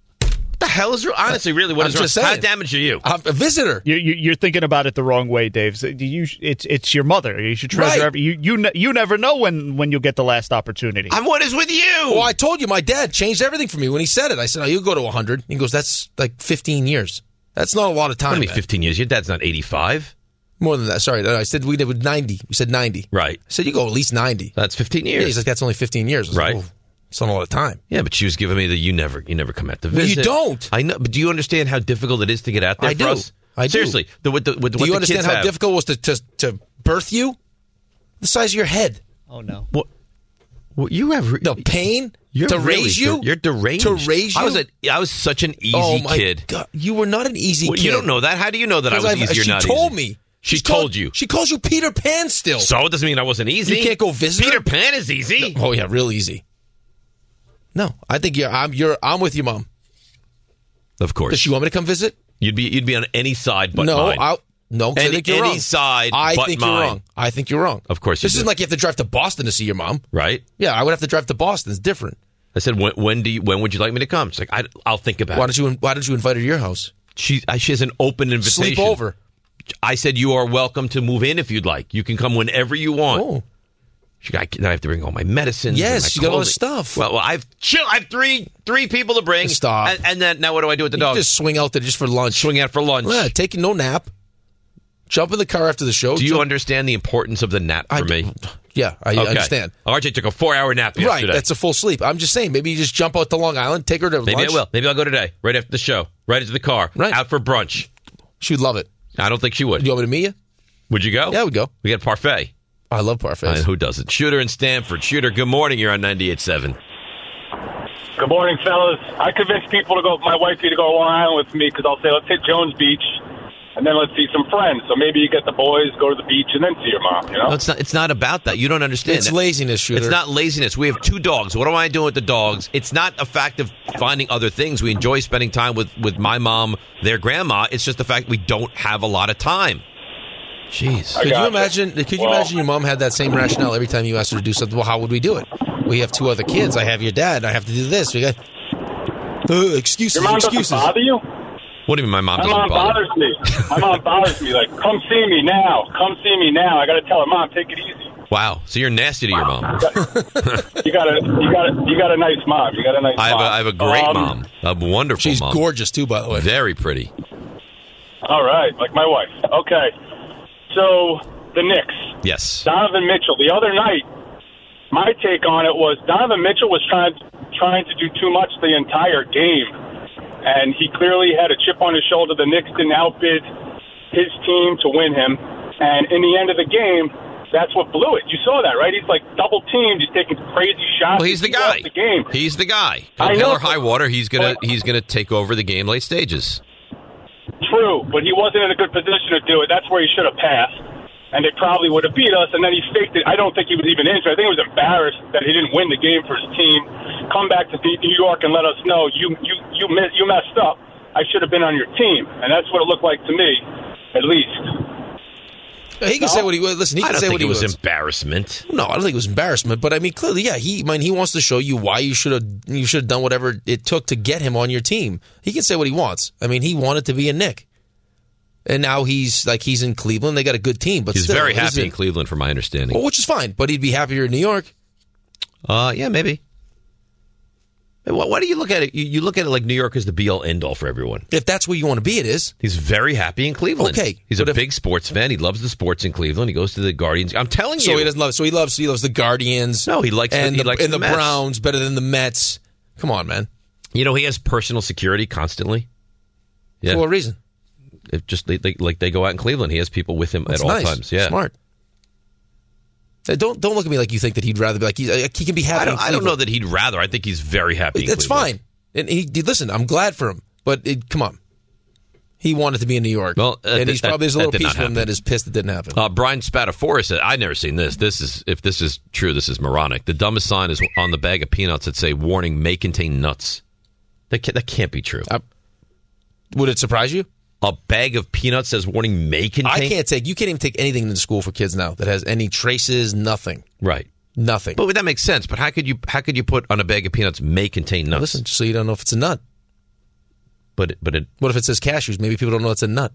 Speaker 2: the hell is honestly really what
Speaker 4: I'm
Speaker 2: is
Speaker 4: just
Speaker 2: wrong? How
Speaker 4: saying.
Speaker 2: damaged are you?
Speaker 4: I'm a visitor.
Speaker 6: You, you, you're thinking about it the wrong way, Dave. So do You, it's it's your mother. You should treasure
Speaker 4: Right.
Speaker 6: every. You you ne- you never know when when you'll get the last opportunity.
Speaker 2: I'm what is with you?
Speaker 4: Well, I told you my dad changed everything for me when he said it. I said, "Oh, you go to 100." He goes, "That's like 15 years. That's not a lot of
Speaker 2: What do
Speaker 4: time."
Speaker 2: you mean
Speaker 4: man."
Speaker 2: 15 years. Your dad's not 85.
Speaker 4: More than that. Sorry, no, no, I said we did with 90. You said 90.
Speaker 2: Right.
Speaker 4: I said you go at least 90.
Speaker 2: That's 15 years.
Speaker 4: Yeah, he's like, "That's only 15 years." I was
Speaker 2: Right.
Speaker 4: Like, "Oh, it's not a lot of time.
Speaker 2: Yeah, but she was giving me the you never you never come out to
Speaker 4: No, you
Speaker 2: visit.
Speaker 4: don't.
Speaker 2: I know, but do you understand how difficult it is to get out there?
Speaker 4: I
Speaker 2: for
Speaker 4: do.
Speaker 2: Us?
Speaker 4: I do.
Speaker 2: Seriously, the, with the, with
Speaker 4: Do
Speaker 2: what
Speaker 4: you
Speaker 2: the
Speaker 4: understand
Speaker 2: kids
Speaker 4: how
Speaker 2: have.
Speaker 4: difficult it was to, to to birth you? The size of your head.
Speaker 6: Oh no.
Speaker 2: What? What you have re-
Speaker 4: the pain
Speaker 2: You're
Speaker 4: to
Speaker 2: really
Speaker 4: raise
Speaker 2: de-
Speaker 4: you.
Speaker 2: You're deranged.
Speaker 4: To raise you.
Speaker 2: I was a, I was such an easy
Speaker 4: Oh, my
Speaker 2: kid.
Speaker 4: God. You were not an e- easy
Speaker 2: Well,
Speaker 4: kid.
Speaker 2: you don't know that. How do you know that I was
Speaker 4: 'Cause I've-
Speaker 2: easy or
Speaker 4: she
Speaker 2: not
Speaker 4: told
Speaker 2: easy?
Speaker 4: me.
Speaker 2: She
Speaker 4: She's
Speaker 2: told
Speaker 4: called-
Speaker 2: you.
Speaker 4: She calls you Peter Pan still.
Speaker 2: So it doesn't mean I wasn't easy.
Speaker 4: You can't go visit
Speaker 2: Peter
Speaker 4: her?
Speaker 2: Pan is easy.
Speaker 4: Oh yeah, real easy. No, I think you're. I'm. You're. I'm with your mom.
Speaker 2: Of course.
Speaker 4: Does she want me to come visit?
Speaker 2: You'd be you'd be on any side but
Speaker 4: no,
Speaker 2: mine.
Speaker 4: I no. 'cause I
Speaker 2: Any-
Speaker 4: think you're
Speaker 2: any
Speaker 4: wrong.
Speaker 2: side
Speaker 4: I
Speaker 2: but
Speaker 4: think
Speaker 2: mine.
Speaker 4: you're wrong. I think you're wrong.
Speaker 2: Of course you
Speaker 4: This
Speaker 2: do.
Speaker 4: isn't like you have to drive to Boston to see your mom.
Speaker 2: right?
Speaker 4: Yeah, I would have to drive to Boston. It's different.
Speaker 2: I said, when, when do you, when would you like me to come? She's like, I, I'll think about
Speaker 4: Why
Speaker 2: it.
Speaker 4: don't you? Why don't you invite her to your house?
Speaker 2: She I, she has an open invitation.
Speaker 4: Sleep over.
Speaker 2: I said you are welcome to move in if you'd like. You can come whenever you want.
Speaker 4: Oh.
Speaker 2: She got, then I have to bring all my medicines. and
Speaker 4: Yes,
Speaker 2: my
Speaker 4: she got all this
Speaker 2: clothing.
Speaker 4: stuff.
Speaker 2: Well, well, I've chill. I have three three people to bring.
Speaker 4: Stop.
Speaker 2: And, and then now what do I do with the
Speaker 4: You can
Speaker 2: dog?
Speaker 4: just swing out there just for lunch.
Speaker 2: Swing out for lunch.
Speaker 4: Yeah, taking no nap. Jump in the car after the show.
Speaker 2: do you
Speaker 4: Jump-
Speaker 2: understand the importance of the nap for me?
Speaker 4: Yeah, I
Speaker 2: Okay.
Speaker 4: understand.
Speaker 2: RJ took a four hour nap yesterday.
Speaker 4: Right, that's a full sleep. I'm just saying, maybe you just jump out to Long Island, take her to
Speaker 2: Maybe
Speaker 4: lunch.
Speaker 2: I will. Maybe I'll go today, right after the show, right into the car,
Speaker 4: Right.
Speaker 2: out for brunch.
Speaker 4: She'd love it.
Speaker 2: I don't think she would.
Speaker 4: You want me to meet you?
Speaker 2: Would you go?
Speaker 4: Yeah, I would go.
Speaker 2: We got parfait.
Speaker 4: I love
Speaker 2: I
Speaker 4: parfaits.
Speaker 2: mean, who doesn't? Shooter and Stanford. Shooter, good morning. You're on 98.7.
Speaker 12: Good morning, fellas. I convinced people to go, my wifey to go to Long Island with me because I'll say, let's hit Jones Beach and then let's see some friends. So maybe you get the boys, go to the beach, and then see your mom, you know?
Speaker 2: No, it's not. It's not about that. You don't understand.
Speaker 4: It's
Speaker 2: that.
Speaker 4: laziness, Shooter.
Speaker 2: It's not laziness. We have two dogs. What am I doing with the dogs? It's not a fact of finding other things. We enjoy spending time with with my mom, their grandma. It's just the fact we don't have a lot of time. Jeez.
Speaker 4: Could you imagine? Could you imagine your mom had that same rationale every time you asked her to do something? Well, how would we do it? We have two other kids. I have your dad. I have to do this. We got uh, excuses.
Speaker 12: your mom
Speaker 4: excuses.
Speaker 12: doesn't bother you?
Speaker 2: What do you mean my mom
Speaker 12: My
Speaker 2: doesn't
Speaker 12: mom
Speaker 2: bother?
Speaker 12: bothers me. My mom bothers me. Like, come see me now. Come see me now. I got to tell her, mom, take it easy.
Speaker 2: Wow. So you're nasty to your mom.
Speaker 12: You got a, you got a, you got a nice mom. You got a nice
Speaker 2: I have
Speaker 12: mom.
Speaker 2: a, I have a great
Speaker 12: Um,
Speaker 2: mom. A wonderful
Speaker 4: She's
Speaker 2: mom.
Speaker 4: gorgeous too, by the way.
Speaker 2: Very pretty.
Speaker 12: All right, like my wife. Okay. So the Knicks.
Speaker 2: Yes.
Speaker 12: Donovan Mitchell. The other night, my take on it was Donovan Mitchell was trying trying to do too much the entire game, and he clearly had a chip on his shoulder. The Knicks didn't outbid his team to win him, and in the end of the game, that's what blew it. You saw that, right? He's like double teamed. He's taking crazy shots.
Speaker 2: Well, he's the
Speaker 12: He lost
Speaker 2: guy.
Speaker 12: The game.
Speaker 2: He's the guy. Come
Speaker 12: I
Speaker 2: hell
Speaker 12: know.
Speaker 2: or high water, he's gonna he's gonna take over the game late stages.
Speaker 12: True, but he wasn't in a good position to do it. That's where he should have passed. And they probably would have beat us, and then he faked it. I don't think he was even injured. I think he was embarrassed that he didn't win the game for his team. Come back to New York and let us know you you you miss, you messed up. I should have been on your team, and that's what it looked like to me, at least.
Speaker 4: He can say what he was. Listen, he
Speaker 2: I
Speaker 4: can
Speaker 2: don't
Speaker 4: say
Speaker 2: think
Speaker 4: what
Speaker 2: it
Speaker 4: he
Speaker 2: was
Speaker 4: wants.
Speaker 2: embarrassment.
Speaker 4: No, I don't think it was embarrassment, but I mean, clearly, yeah, he, I mean, he wants to show you why you should have, you should have done whatever it took to get him on your team. He can say what he wants. I mean, he wanted to be a Nick, and now he's like he's in Cleveland. They got a good team, but
Speaker 2: He's
Speaker 4: still,
Speaker 2: very
Speaker 4: this
Speaker 2: happy in
Speaker 4: isn't-
Speaker 2: Cleveland, from my understanding.
Speaker 4: Well, which is fine, but he'd be happier in New York.
Speaker 2: Uh, yeah, maybe. Hey, Why, why do you look at it? You, you look at it like New York is the be all end all for everyone.
Speaker 4: If that's where you want to be, it is.
Speaker 2: He's very happy in Cleveland.
Speaker 4: Okay,
Speaker 2: he's a
Speaker 4: but if-
Speaker 2: big sports fan. He loves the sports in Cleveland. He goes to the Guardians. I'm telling you,
Speaker 4: So he doesn't love. So he loves. He loves the Guardians.
Speaker 2: No, he likes the-
Speaker 4: and
Speaker 2: he likes
Speaker 4: and
Speaker 2: the
Speaker 4: the,
Speaker 2: Mets.
Speaker 4: Browns better than the Mets. Come on, man.
Speaker 2: You know, he has personal security constantly. Yeah,
Speaker 4: For what reason?
Speaker 2: It just they, they, like they go out in Cleveland. He has people with him
Speaker 4: That's
Speaker 2: at all
Speaker 4: nice.
Speaker 2: times. Yeah,
Speaker 4: smart. Uh, Don't don't look at me like you think that he'd rather be like he, uh, he can be happy.
Speaker 2: I don't,
Speaker 4: in
Speaker 2: I don't know
Speaker 4: Cleveland.
Speaker 2: that he'd rather. I think he's very happy. in
Speaker 4: That's
Speaker 2: Cleveland.
Speaker 4: fine. And he dude, listen, I'm glad for him, but it, come on, he wanted to be in New York.
Speaker 2: Well, uh,
Speaker 4: and
Speaker 2: that-
Speaker 4: he's probably there's a
Speaker 2: that-
Speaker 4: little
Speaker 2: that did
Speaker 4: piece
Speaker 2: not
Speaker 4: of him
Speaker 2: happen.
Speaker 4: that is pissed it didn't happen.
Speaker 2: Uh, Brian Spatafora said, "I've never seen this. This is if this is true, this is moronic. The dumbest sign is on the bag of peanuts that say warning may contain nuts. That can't, that can't be true.
Speaker 4: Uh, would it surprise you?
Speaker 2: A bag of peanuts says warning may contain.
Speaker 4: I can't take. You can't even take anything into school for kids now that has any traces. Nothing.
Speaker 2: Right.
Speaker 4: Nothing.
Speaker 2: But that makes sense. But how could you how could you put on a bag of peanuts may contain nuts?
Speaker 4: Listen, so you don't know if it's a nut.
Speaker 2: But it, but it.
Speaker 4: What if it says cashews? Maybe people don't know it's a nut.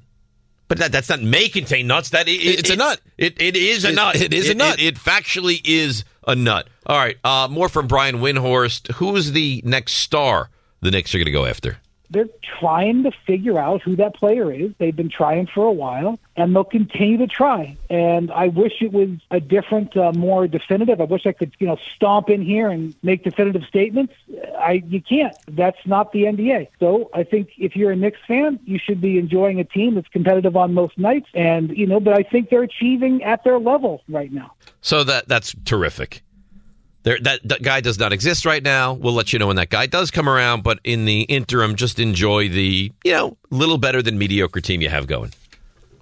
Speaker 2: But that, that's not may contain nuts. That i- i-
Speaker 4: It's a
Speaker 2: it-
Speaker 4: nut.
Speaker 2: It it is a
Speaker 4: It-
Speaker 2: nut.
Speaker 4: it is a nut.
Speaker 2: It, it factually is a nut. All right. Uh, more from Brian Windhorst. Who's the next star the Knicks are going to go after?
Speaker 9: They're trying to figure out who that player is. They've been trying for a while, and they'll continue to try. And I wish it was a different, uh, more definitive. I wish I could, you know, stomp in here and make definitive statements. I you can't. That's not the NBA. So I think if you're a Knicks fan, you should be enjoying a team that's competitive on most nights. And you know, but I think they're achieving at their level right now.
Speaker 2: So that that's terrific. There, that, that guy does not exist right now. We'll let you know when that guy does come around. But in the interim, just enjoy the you know little better than mediocre team you have going.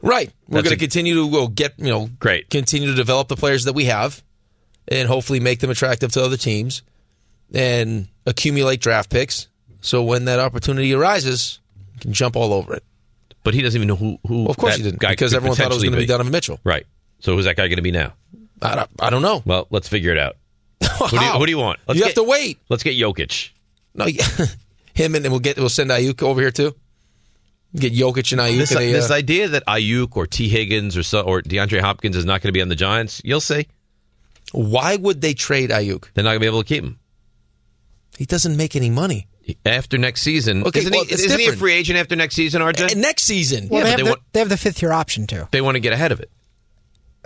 Speaker 4: Right. We're
Speaker 2: That's
Speaker 4: going to
Speaker 2: a-
Speaker 4: continue to go get, you know,
Speaker 2: great.
Speaker 4: Continue to develop the players that we have and hopefully make them attractive to other teams and accumulate draft picks. So when that opportunity arises, you can jump all over it.
Speaker 2: But he doesn't even know who. who
Speaker 4: Well, of course he
Speaker 2: that
Speaker 4: didn't
Speaker 2: guy
Speaker 4: because
Speaker 2: could
Speaker 4: everyone thought it was
Speaker 2: potentially
Speaker 4: going to be Donovan Mitchell.
Speaker 2: Right. So who's that guy going to be now?
Speaker 4: I don't, I don't know.
Speaker 2: Well, let's figure it out. Who do you, who do you want? Let's
Speaker 4: you
Speaker 2: get,
Speaker 4: have to wait.
Speaker 2: Let's get Jokic.
Speaker 4: No, yeah. him and, and we'll get we'll send Ayuk over here too. Get Jokic and Ayuk.
Speaker 2: This,
Speaker 4: and a,
Speaker 2: this
Speaker 4: uh,
Speaker 2: idea that Ayuk or T Higgins or so, or DeAndre Hopkins is not going to be on the Giants, you'll see.
Speaker 4: Why would they trade Ayuk?
Speaker 2: They're not going to be able to keep him
Speaker 4: he doesn't make any money.
Speaker 2: after next season.
Speaker 4: Okay,
Speaker 2: isn't,
Speaker 4: well,
Speaker 2: he,
Speaker 4: it's
Speaker 2: isn't he a
Speaker 4: different. Uh,
Speaker 2: free agent after next season, RJ?
Speaker 4: next season,
Speaker 5: Well,
Speaker 2: yeah, but
Speaker 5: they, have
Speaker 2: they
Speaker 5: the,
Speaker 2: want
Speaker 5: they have the fifth year option too.
Speaker 2: they want to get ahead of it.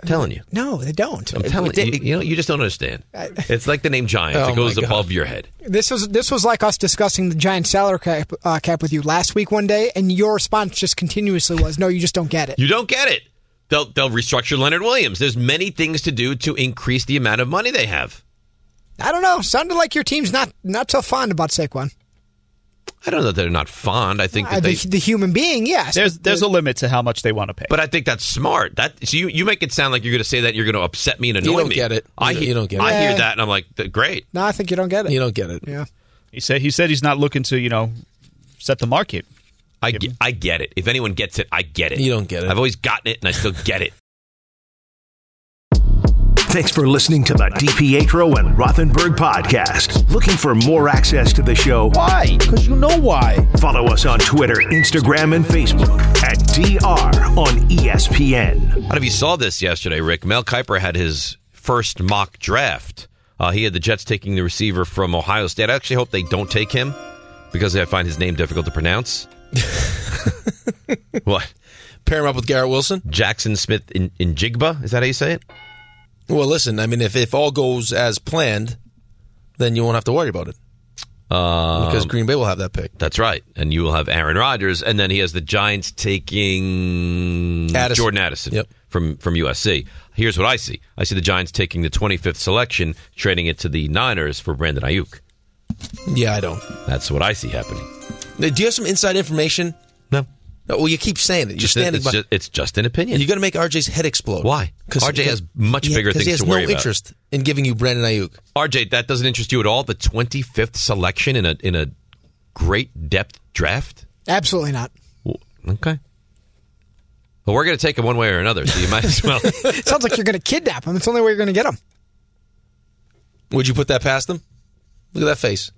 Speaker 2: I'm telling you,
Speaker 5: No, they don't.
Speaker 2: I'm telling you, you know, you just don't understand. It's like the name Giants;
Speaker 5: Oh,
Speaker 2: it goes
Speaker 5: my God.
Speaker 2: above your head.
Speaker 5: This was this was like us discussing the giant salary cap, uh, cap with you last week one day, and your response just continuously was, "No, you just don't get it."
Speaker 2: You don't get it. They'll they'll restructure Leonard Williams. There's many things to do to increase the amount of money they have.
Speaker 5: I don't know. Sounded like your team's not not so fond about Saquon.
Speaker 2: I don't know that they're not fond. I think that
Speaker 5: Uh,
Speaker 2: they
Speaker 5: the, the human being, yes.
Speaker 6: There's there's a limit to how much they want to pay.
Speaker 2: But I think that's smart. That so you, you make it sound like you're going to say that and you're going to upset me and annoy
Speaker 6: You don't
Speaker 2: me.
Speaker 6: get it.
Speaker 2: I
Speaker 6: You
Speaker 2: he-
Speaker 6: don't get
Speaker 2: I
Speaker 6: it.
Speaker 2: hear
Speaker 6: Yeah.
Speaker 2: that and I'm like, th- great.
Speaker 5: no, I think you don't get it.
Speaker 4: You don't get it.
Speaker 5: Yeah.
Speaker 6: He said he said he's not looking to you know set the market.
Speaker 2: I get, I get it. If anyone gets it, I get it.
Speaker 4: You don't get it.
Speaker 2: I've always gotten it and I still get it.
Speaker 1: Thanks for listening to the DPetro and Rothenberg podcast. Looking for more access to the show? Why? Because you know why. Follow us on Twitter, Instagram, and Facebook at DR on E ESPN.
Speaker 2: I don't know if you saw this yesterday, Rick. Mel Kiper had his first mock draft. Uh, he had the Jets taking the receiver from Ohio State. I actually hope they don't take him because I find his name difficult to pronounce. what?
Speaker 4: Pair him up with Garrett Wilson?
Speaker 2: Jackson Smith in, in Jigba? Is that how you say it?
Speaker 4: Well, listen, I mean, if, if all goes as planned, then you won't have to worry about it
Speaker 2: Um,
Speaker 4: because Green Bay will have that pick.
Speaker 2: That's right. And you will have Aaron Rodgers, and then he has the Giants taking
Speaker 4: Addison.
Speaker 2: Jordan Addison from from USC. Here's what I see: I see the Giants taking the 25th selection, trading it to the Niners for Brandon Ayuk.
Speaker 4: Yeah, I don't.
Speaker 2: That's what I see happening.
Speaker 4: Now, Do you have some inside information?
Speaker 2: No.
Speaker 4: Well, you keep saying it. You're
Speaker 2: Just-
Speaker 4: standing
Speaker 2: it's,
Speaker 4: by.
Speaker 2: just, it's just an opinion.
Speaker 4: You're going to make RJ's head explode.
Speaker 2: Why? RJ has much
Speaker 4: Yeah,
Speaker 2: bigger
Speaker 4: 'cause he
Speaker 2: things
Speaker 4: has
Speaker 2: to worry
Speaker 4: no
Speaker 2: about.
Speaker 4: interest in giving you Brandon Ayuk.
Speaker 2: RJ, that doesn't interest you at all. The 25th selection in a in a great depth draft.
Speaker 5: Absolutely not.
Speaker 2: Okay. Well, we're going to take him one way or another, so you might as well.
Speaker 5: Sounds like you're going to kidnap him. That's the only way you're going to get him.
Speaker 4: Would you put that past him? Look at that face.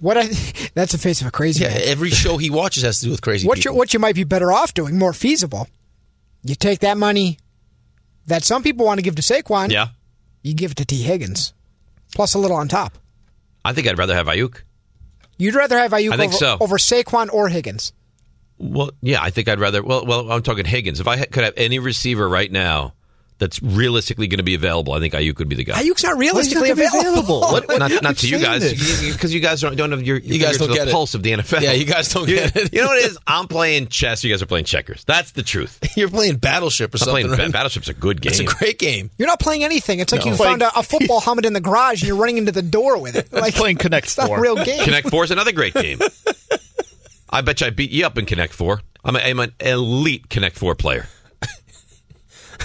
Speaker 5: What? I, that's the face of a crazy.
Speaker 4: Yeah,
Speaker 5: man.
Speaker 4: every show he watches has to do with crazy
Speaker 5: what you
Speaker 4: people.
Speaker 5: what you might be better off doing, more feasible. You take that money that some people want to give to Saquon.
Speaker 2: Yeah.
Speaker 5: You give it to T. Higgins, plus a little on top.
Speaker 2: I think I'd rather have Ayuk.
Speaker 5: You'd rather have Ayuk
Speaker 2: I think
Speaker 5: over,
Speaker 2: so.
Speaker 5: over Saquon or Higgins.
Speaker 2: Well, yeah, I think I'd rather. Well, well, I'm talking Higgins. If I ha- could have any receiver right now that's realistically going to be available. I think IU could be the guy.
Speaker 5: Ayuk's not realistically
Speaker 13: gonna be
Speaker 5: available.
Speaker 13: available?
Speaker 2: What- not not to you guys, because you guys don't, don't have your, your
Speaker 4: You guys
Speaker 2: fingers
Speaker 4: don't
Speaker 2: to
Speaker 4: get
Speaker 2: the
Speaker 4: it.
Speaker 2: pulse of the NFL.
Speaker 4: Yeah, you guys don't
Speaker 2: You-
Speaker 4: get it.
Speaker 2: You know what it is? I'm playing chess. You guys are playing checkers. That's the truth.
Speaker 4: You're playing Battleship or
Speaker 2: I'm
Speaker 4: something.
Speaker 2: playing
Speaker 4: right?
Speaker 2: Ba- Battleship's a good game.
Speaker 4: It's a great game.
Speaker 5: You're not playing anything. It's like
Speaker 2: No.
Speaker 5: you found a, a football helmet in the garage and you're running into the door with it. Like
Speaker 6: playing Connect
Speaker 5: it's not a real game.
Speaker 2: Connect Four is another great game. I bet you I beat you up in Connect Four. I'm, a, I'm an elite Connect Four player.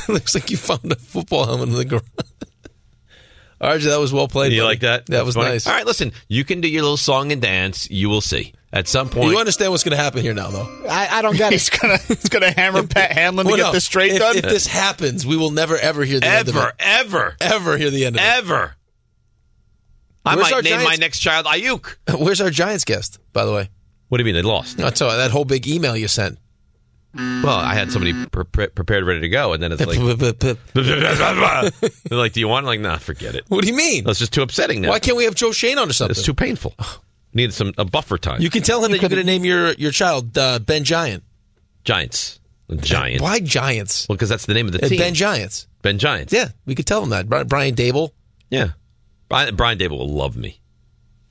Speaker 4: Looks like you found a football helmet in the garage. RJ, that was well played.
Speaker 2: you
Speaker 4: buddy.
Speaker 2: like that?
Speaker 4: That was
Speaker 2: Funny?
Speaker 4: nice.
Speaker 2: All right, listen. You can do your little song and dance. You will see at some point.
Speaker 4: You understand what's going to happen here now, though.
Speaker 5: I, I don't get
Speaker 6: He's gonna he's gonna hammer Pat Hanlon to
Speaker 4: Well,
Speaker 6: get
Speaker 4: no,
Speaker 6: this straight
Speaker 4: if,
Speaker 6: done.
Speaker 4: If this happens, we will never ever hear the end of
Speaker 2: ever,
Speaker 4: it.
Speaker 2: ever,
Speaker 4: Ever hear the end of it.
Speaker 2: ever. I
Speaker 4: Where's
Speaker 2: might
Speaker 4: our
Speaker 2: name my
Speaker 4: Giants-
Speaker 2: next child Ayuk.
Speaker 4: Where's our Giants guest, by the way?
Speaker 2: What do you mean they lost?
Speaker 4: That's all, that whole big email you sent.
Speaker 2: Well, I had somebody pre- pre- prepared, ready to go, and then it's like,
Speaker 4: what
Speaker 2: they're like, "Do you want?" it?" like, nah, forget it.
Speaker 4: do you mean?
Speaker 2: That's just too upsetting. Now
Speaker 4: Why can't we have Joe Shane on or something?
Speaker 2: it's too painful. Needed some a buffer time.
Speaker 4: You can tell him that you're going to name your, your child uh, Ben Giant.
Speaker 2: Giants, Giants.
Speaker 4: Why Giants?
Speaker 2: Well, because that's the name of the
Speaker 4: Uh,
Speaker 2: team.
Speaker 4: Ben Giants.
Speaker 2: Ben Giants.
Speaker 4: Yeah, we could tell him that. Bri- Brian Dable.
Speaker 2: Yeah. Brian, Brian Dable will love me,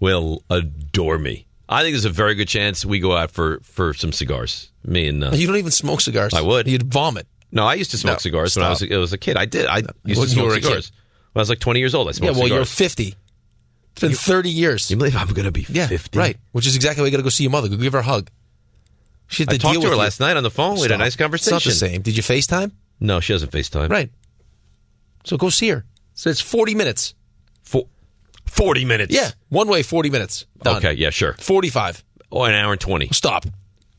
Speaker 2: will adore me. I think there's a very good chance we go out for, for some cigars. Me and uh,
Speaker 4: You don't even smoke cigars.
Speaker 2: I would.
Speaker 4: You'd vomit.
Speaker 2: no, I used to smoke
Speaker 4: No,
Speaker 2: cigars when I was
Speaker 4: stop.
Speaker 2: a, I was a kid. I did. I used
Speaker 4: When
Speaker 2: to
Speaker 4: you
Speaker 2: smoke
Speaker 4: were a kid.
Speaker 2: cigars when I was like 20 years old. I
Speaker 4: Yeah,
Speaker 2: smoked
Speaker 4: well, you're
Speaker 2: cigars.
Speaker 4: 50. It's been 30 years.
Speaker 2: you believe I'm going to be
Speaker 4: Yeah,
Speaker 2: 50?
Speaker 4: right. Which is exactly why you got to go see your mother. Go give her a hug. She had
Speaker 2: I
Speaker 4: to
Speaker 2: talked
Speaker 4: deal
Speaker 2: to her
Speaker 4: with you.
Speaker 2: last night on the phone. We had a
Speaker 4: Stop.
Speaker 2: nice conversation.
Speaker 4: It's not the same. Did you FaceTime?
Speaker 2: No, she doesn't FaceTime.
Speaker 4: Right. So go see her. So it's 40 minutes.
Speaker 2: For, 40 minutes.
Speaker 4: Yeah, one way, 40 minutes. Done.
Speaker 2: Okay, yeah, sure.
Speaker 4: 45.
Speaker 2: Oh, an hour and 20.
Speaker 4: Stop.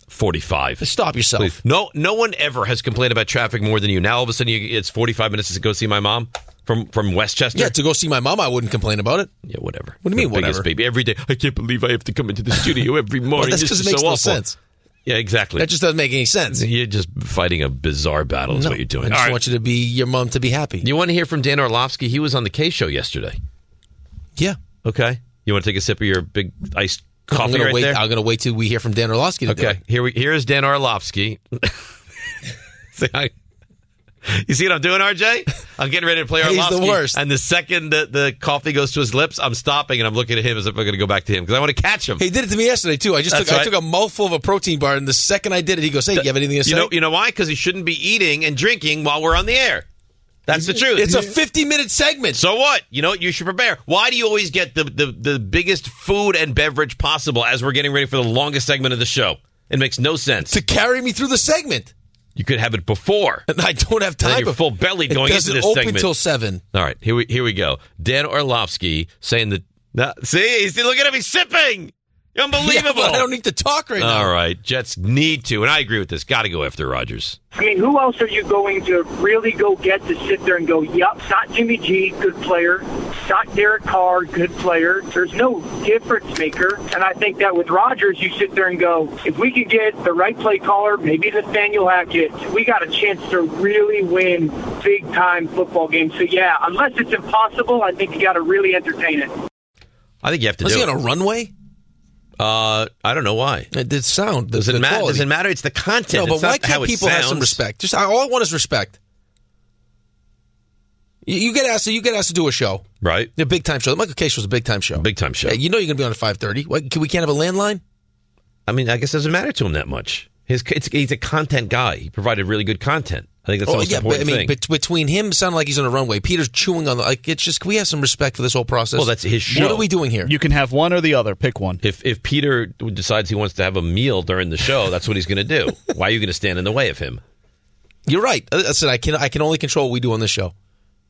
Speaker 2: 45.
Speaker 4: Stop yourself.
Speaker 2: Please. No, no one ever has complained about traffic more than you. Now all of a sudden, you, it's forty five minutes to go see my mom from from Westchester.
Speaker 4: Yeah, to go see my mom, I wouldn't complain about it.
Speaker 2: Yeah, whatever.
Speaker 4: What do you mean,
Speaker 2: The biggest
Speaker 4: whatever?
Speaker 2: Baby, every day. I can't believe I have to come into the studio every
Speaker 4: Well,
Speaker 2: morning.
Speaker 4: that's
Speaker 2: This
Speaker 4: because
Speaker 2: is
Speaker 4: it makes
Speaker 2: so
Speaker 4: no
Speaker 2: awful.
Speaker 4: sense.
Speaker 2: Yeah, exactly.
Speaker 4: That just doesn't make any sense.
Speaker 2: You're just fighting a bizarre battle. Is
Speaker 4: No,
Speaker 2: what you're
Speaker 4: I
Speaker 2: doing.
Speaker 4: just
Speaker 2: All right.
Speaker 4: want you to be your mom to be happy.
Speaker 2: You want to hear from Dan Orlovsky? He was on the K show yesterday.
Speaker 4: yeah.
Speaker 2: Okay. You want to take a sip of your big iced
Speaker 4: I'm
Speaker 2: coffee
Speaker 4: gonna
Speaker 2: right
Speaker 4: wait.
Speaker 2: there?
Speaker 4: I'm gonna wait till we hear from Dan Orlovsky. To do
Speaker 2: Okay.
Speaker 4: it.
Speaker 2: Here we here is Dan Orlovsky. See, I- you see what I'm doing, RJ? I'm getting ready to play
Speaker 4: He's the
Speaker 2: Orlovsky.
Speaker 4: worst.
Speaker 2: And the second the, the coffee goes to his lips, I'm stopping and I'm looking at him as if I'm going to go back to him because I want to catch him.
Speaker 4: He did it to me yesterday too. I just
Speaker 2: That's
Speaker 4: took, I
Speaker 2: right.
Speaker 4: took a mouthful of a protein bar, and the second I did it, he goes, "Hey, do you have anything to say?"
Speaker 2: you know you know why? Because he shouldn't be eating and drinking while we're on the air. That's the truth.
Speaker 4: Mm-hmm. it's a 50 minute segment.
Speaker 2: so what? You know what? You should prepare. Why do you always get the, the, the biggest food and beverage possible as we're getting ready for the longest segment of the show? It makes no sense.
Speaker 4: to carry me through the segment,
Speaker 2: you could have it before.
Speaker 4: and I don't have
Speaker 2: And then
Speaker 4: time.
Speaker 2: you're
Speaker 4: bef-
Speaker 2: full belly going
Speaker 4: it
Speaker 2: into
Speaker 4: doesn't
Speaker 2: this
Speaker 4: open
Speaker 2: segment.
Speaker 4: till seven.
Speaker 2: All right, here we here we go. Dan Orlovsky saying that. Nah, see, he's look at him. He's sipping.
Speaker 4: Yeah,
Speaker 2: Unbelievable.
Speaker 4: but I don't need to talk right now.
Speaker 2: All right, Jets need to, and I agree with this. Got to go after Rodgers.
Speaker 14: I mean, who else are you going to really go get to sit there and go, yup, it's not Jimmy G, good player. It's not Derek Carr, good player. There's no difference maker. And I think that with Rodgers, you sit there and go, if we could get the right play caller, maybe Nathaniel Hackett, we got a chance to really win big time football games. So, yeah, unless it's impossible, I think you got to really entertain it.
Speaker 2: I think you have to
Speaker 4: Was
Speaker 2: do
Speaker 4: he
Speaker 2: it.
Speaker 4: on a runway?
Speaker 2: uh, I don't know why.
Speaker 4: It did sound. The,
Speaker 2: Does it
Speaker 4: the
Speaker 2: matter?
Speaker 4: quality.
Speaker 2: Does it matter? It's the content.
Speaker 4: No, but
Speaker 2: It's not
Speaker 4: why
Speaker 2: how
Speaker 4: can't
Speaker 2: it
Speaker 4: people have some
Speaker 2: sounds.
Speaker 4: respect? Just all I want is respect. You, you get asked. You get asked to do a show,
Speaker 2: Right,
Speaker 4: a big time show. The Michael K show is a big time show.
Speaker 2: big time show.
Speaker 4: Yeah, you know you're gonna be on at five thirty. We can't have a landline.
Speaker 2: I mean, I guess it doesn't matter to him that much. His it's, he's a content guy. He provided really good content. I think that's the most
Speaker 4: Oh, but, I
Speaker 2: important
Speaker 4: mean,
Speaker 2: thing.
Speaker 4: bet- between him sounding like he's on a runway, Peter's chewing on the like. It's just can we have some respect for this whole process?
Speaker 2: Well, that's his
Speaker 4: What
Speaker 2: show.
Speaker 4: are we doing here?
Speaker 6: You can have one or the other. Pick one.
Speaker 2: if if Peter decides he wants to have a meal during the show, that's what he's going to do. why are you going to stand in the way of him?
Speaker 4: You're right. I said I can. I can only control what we do on this show.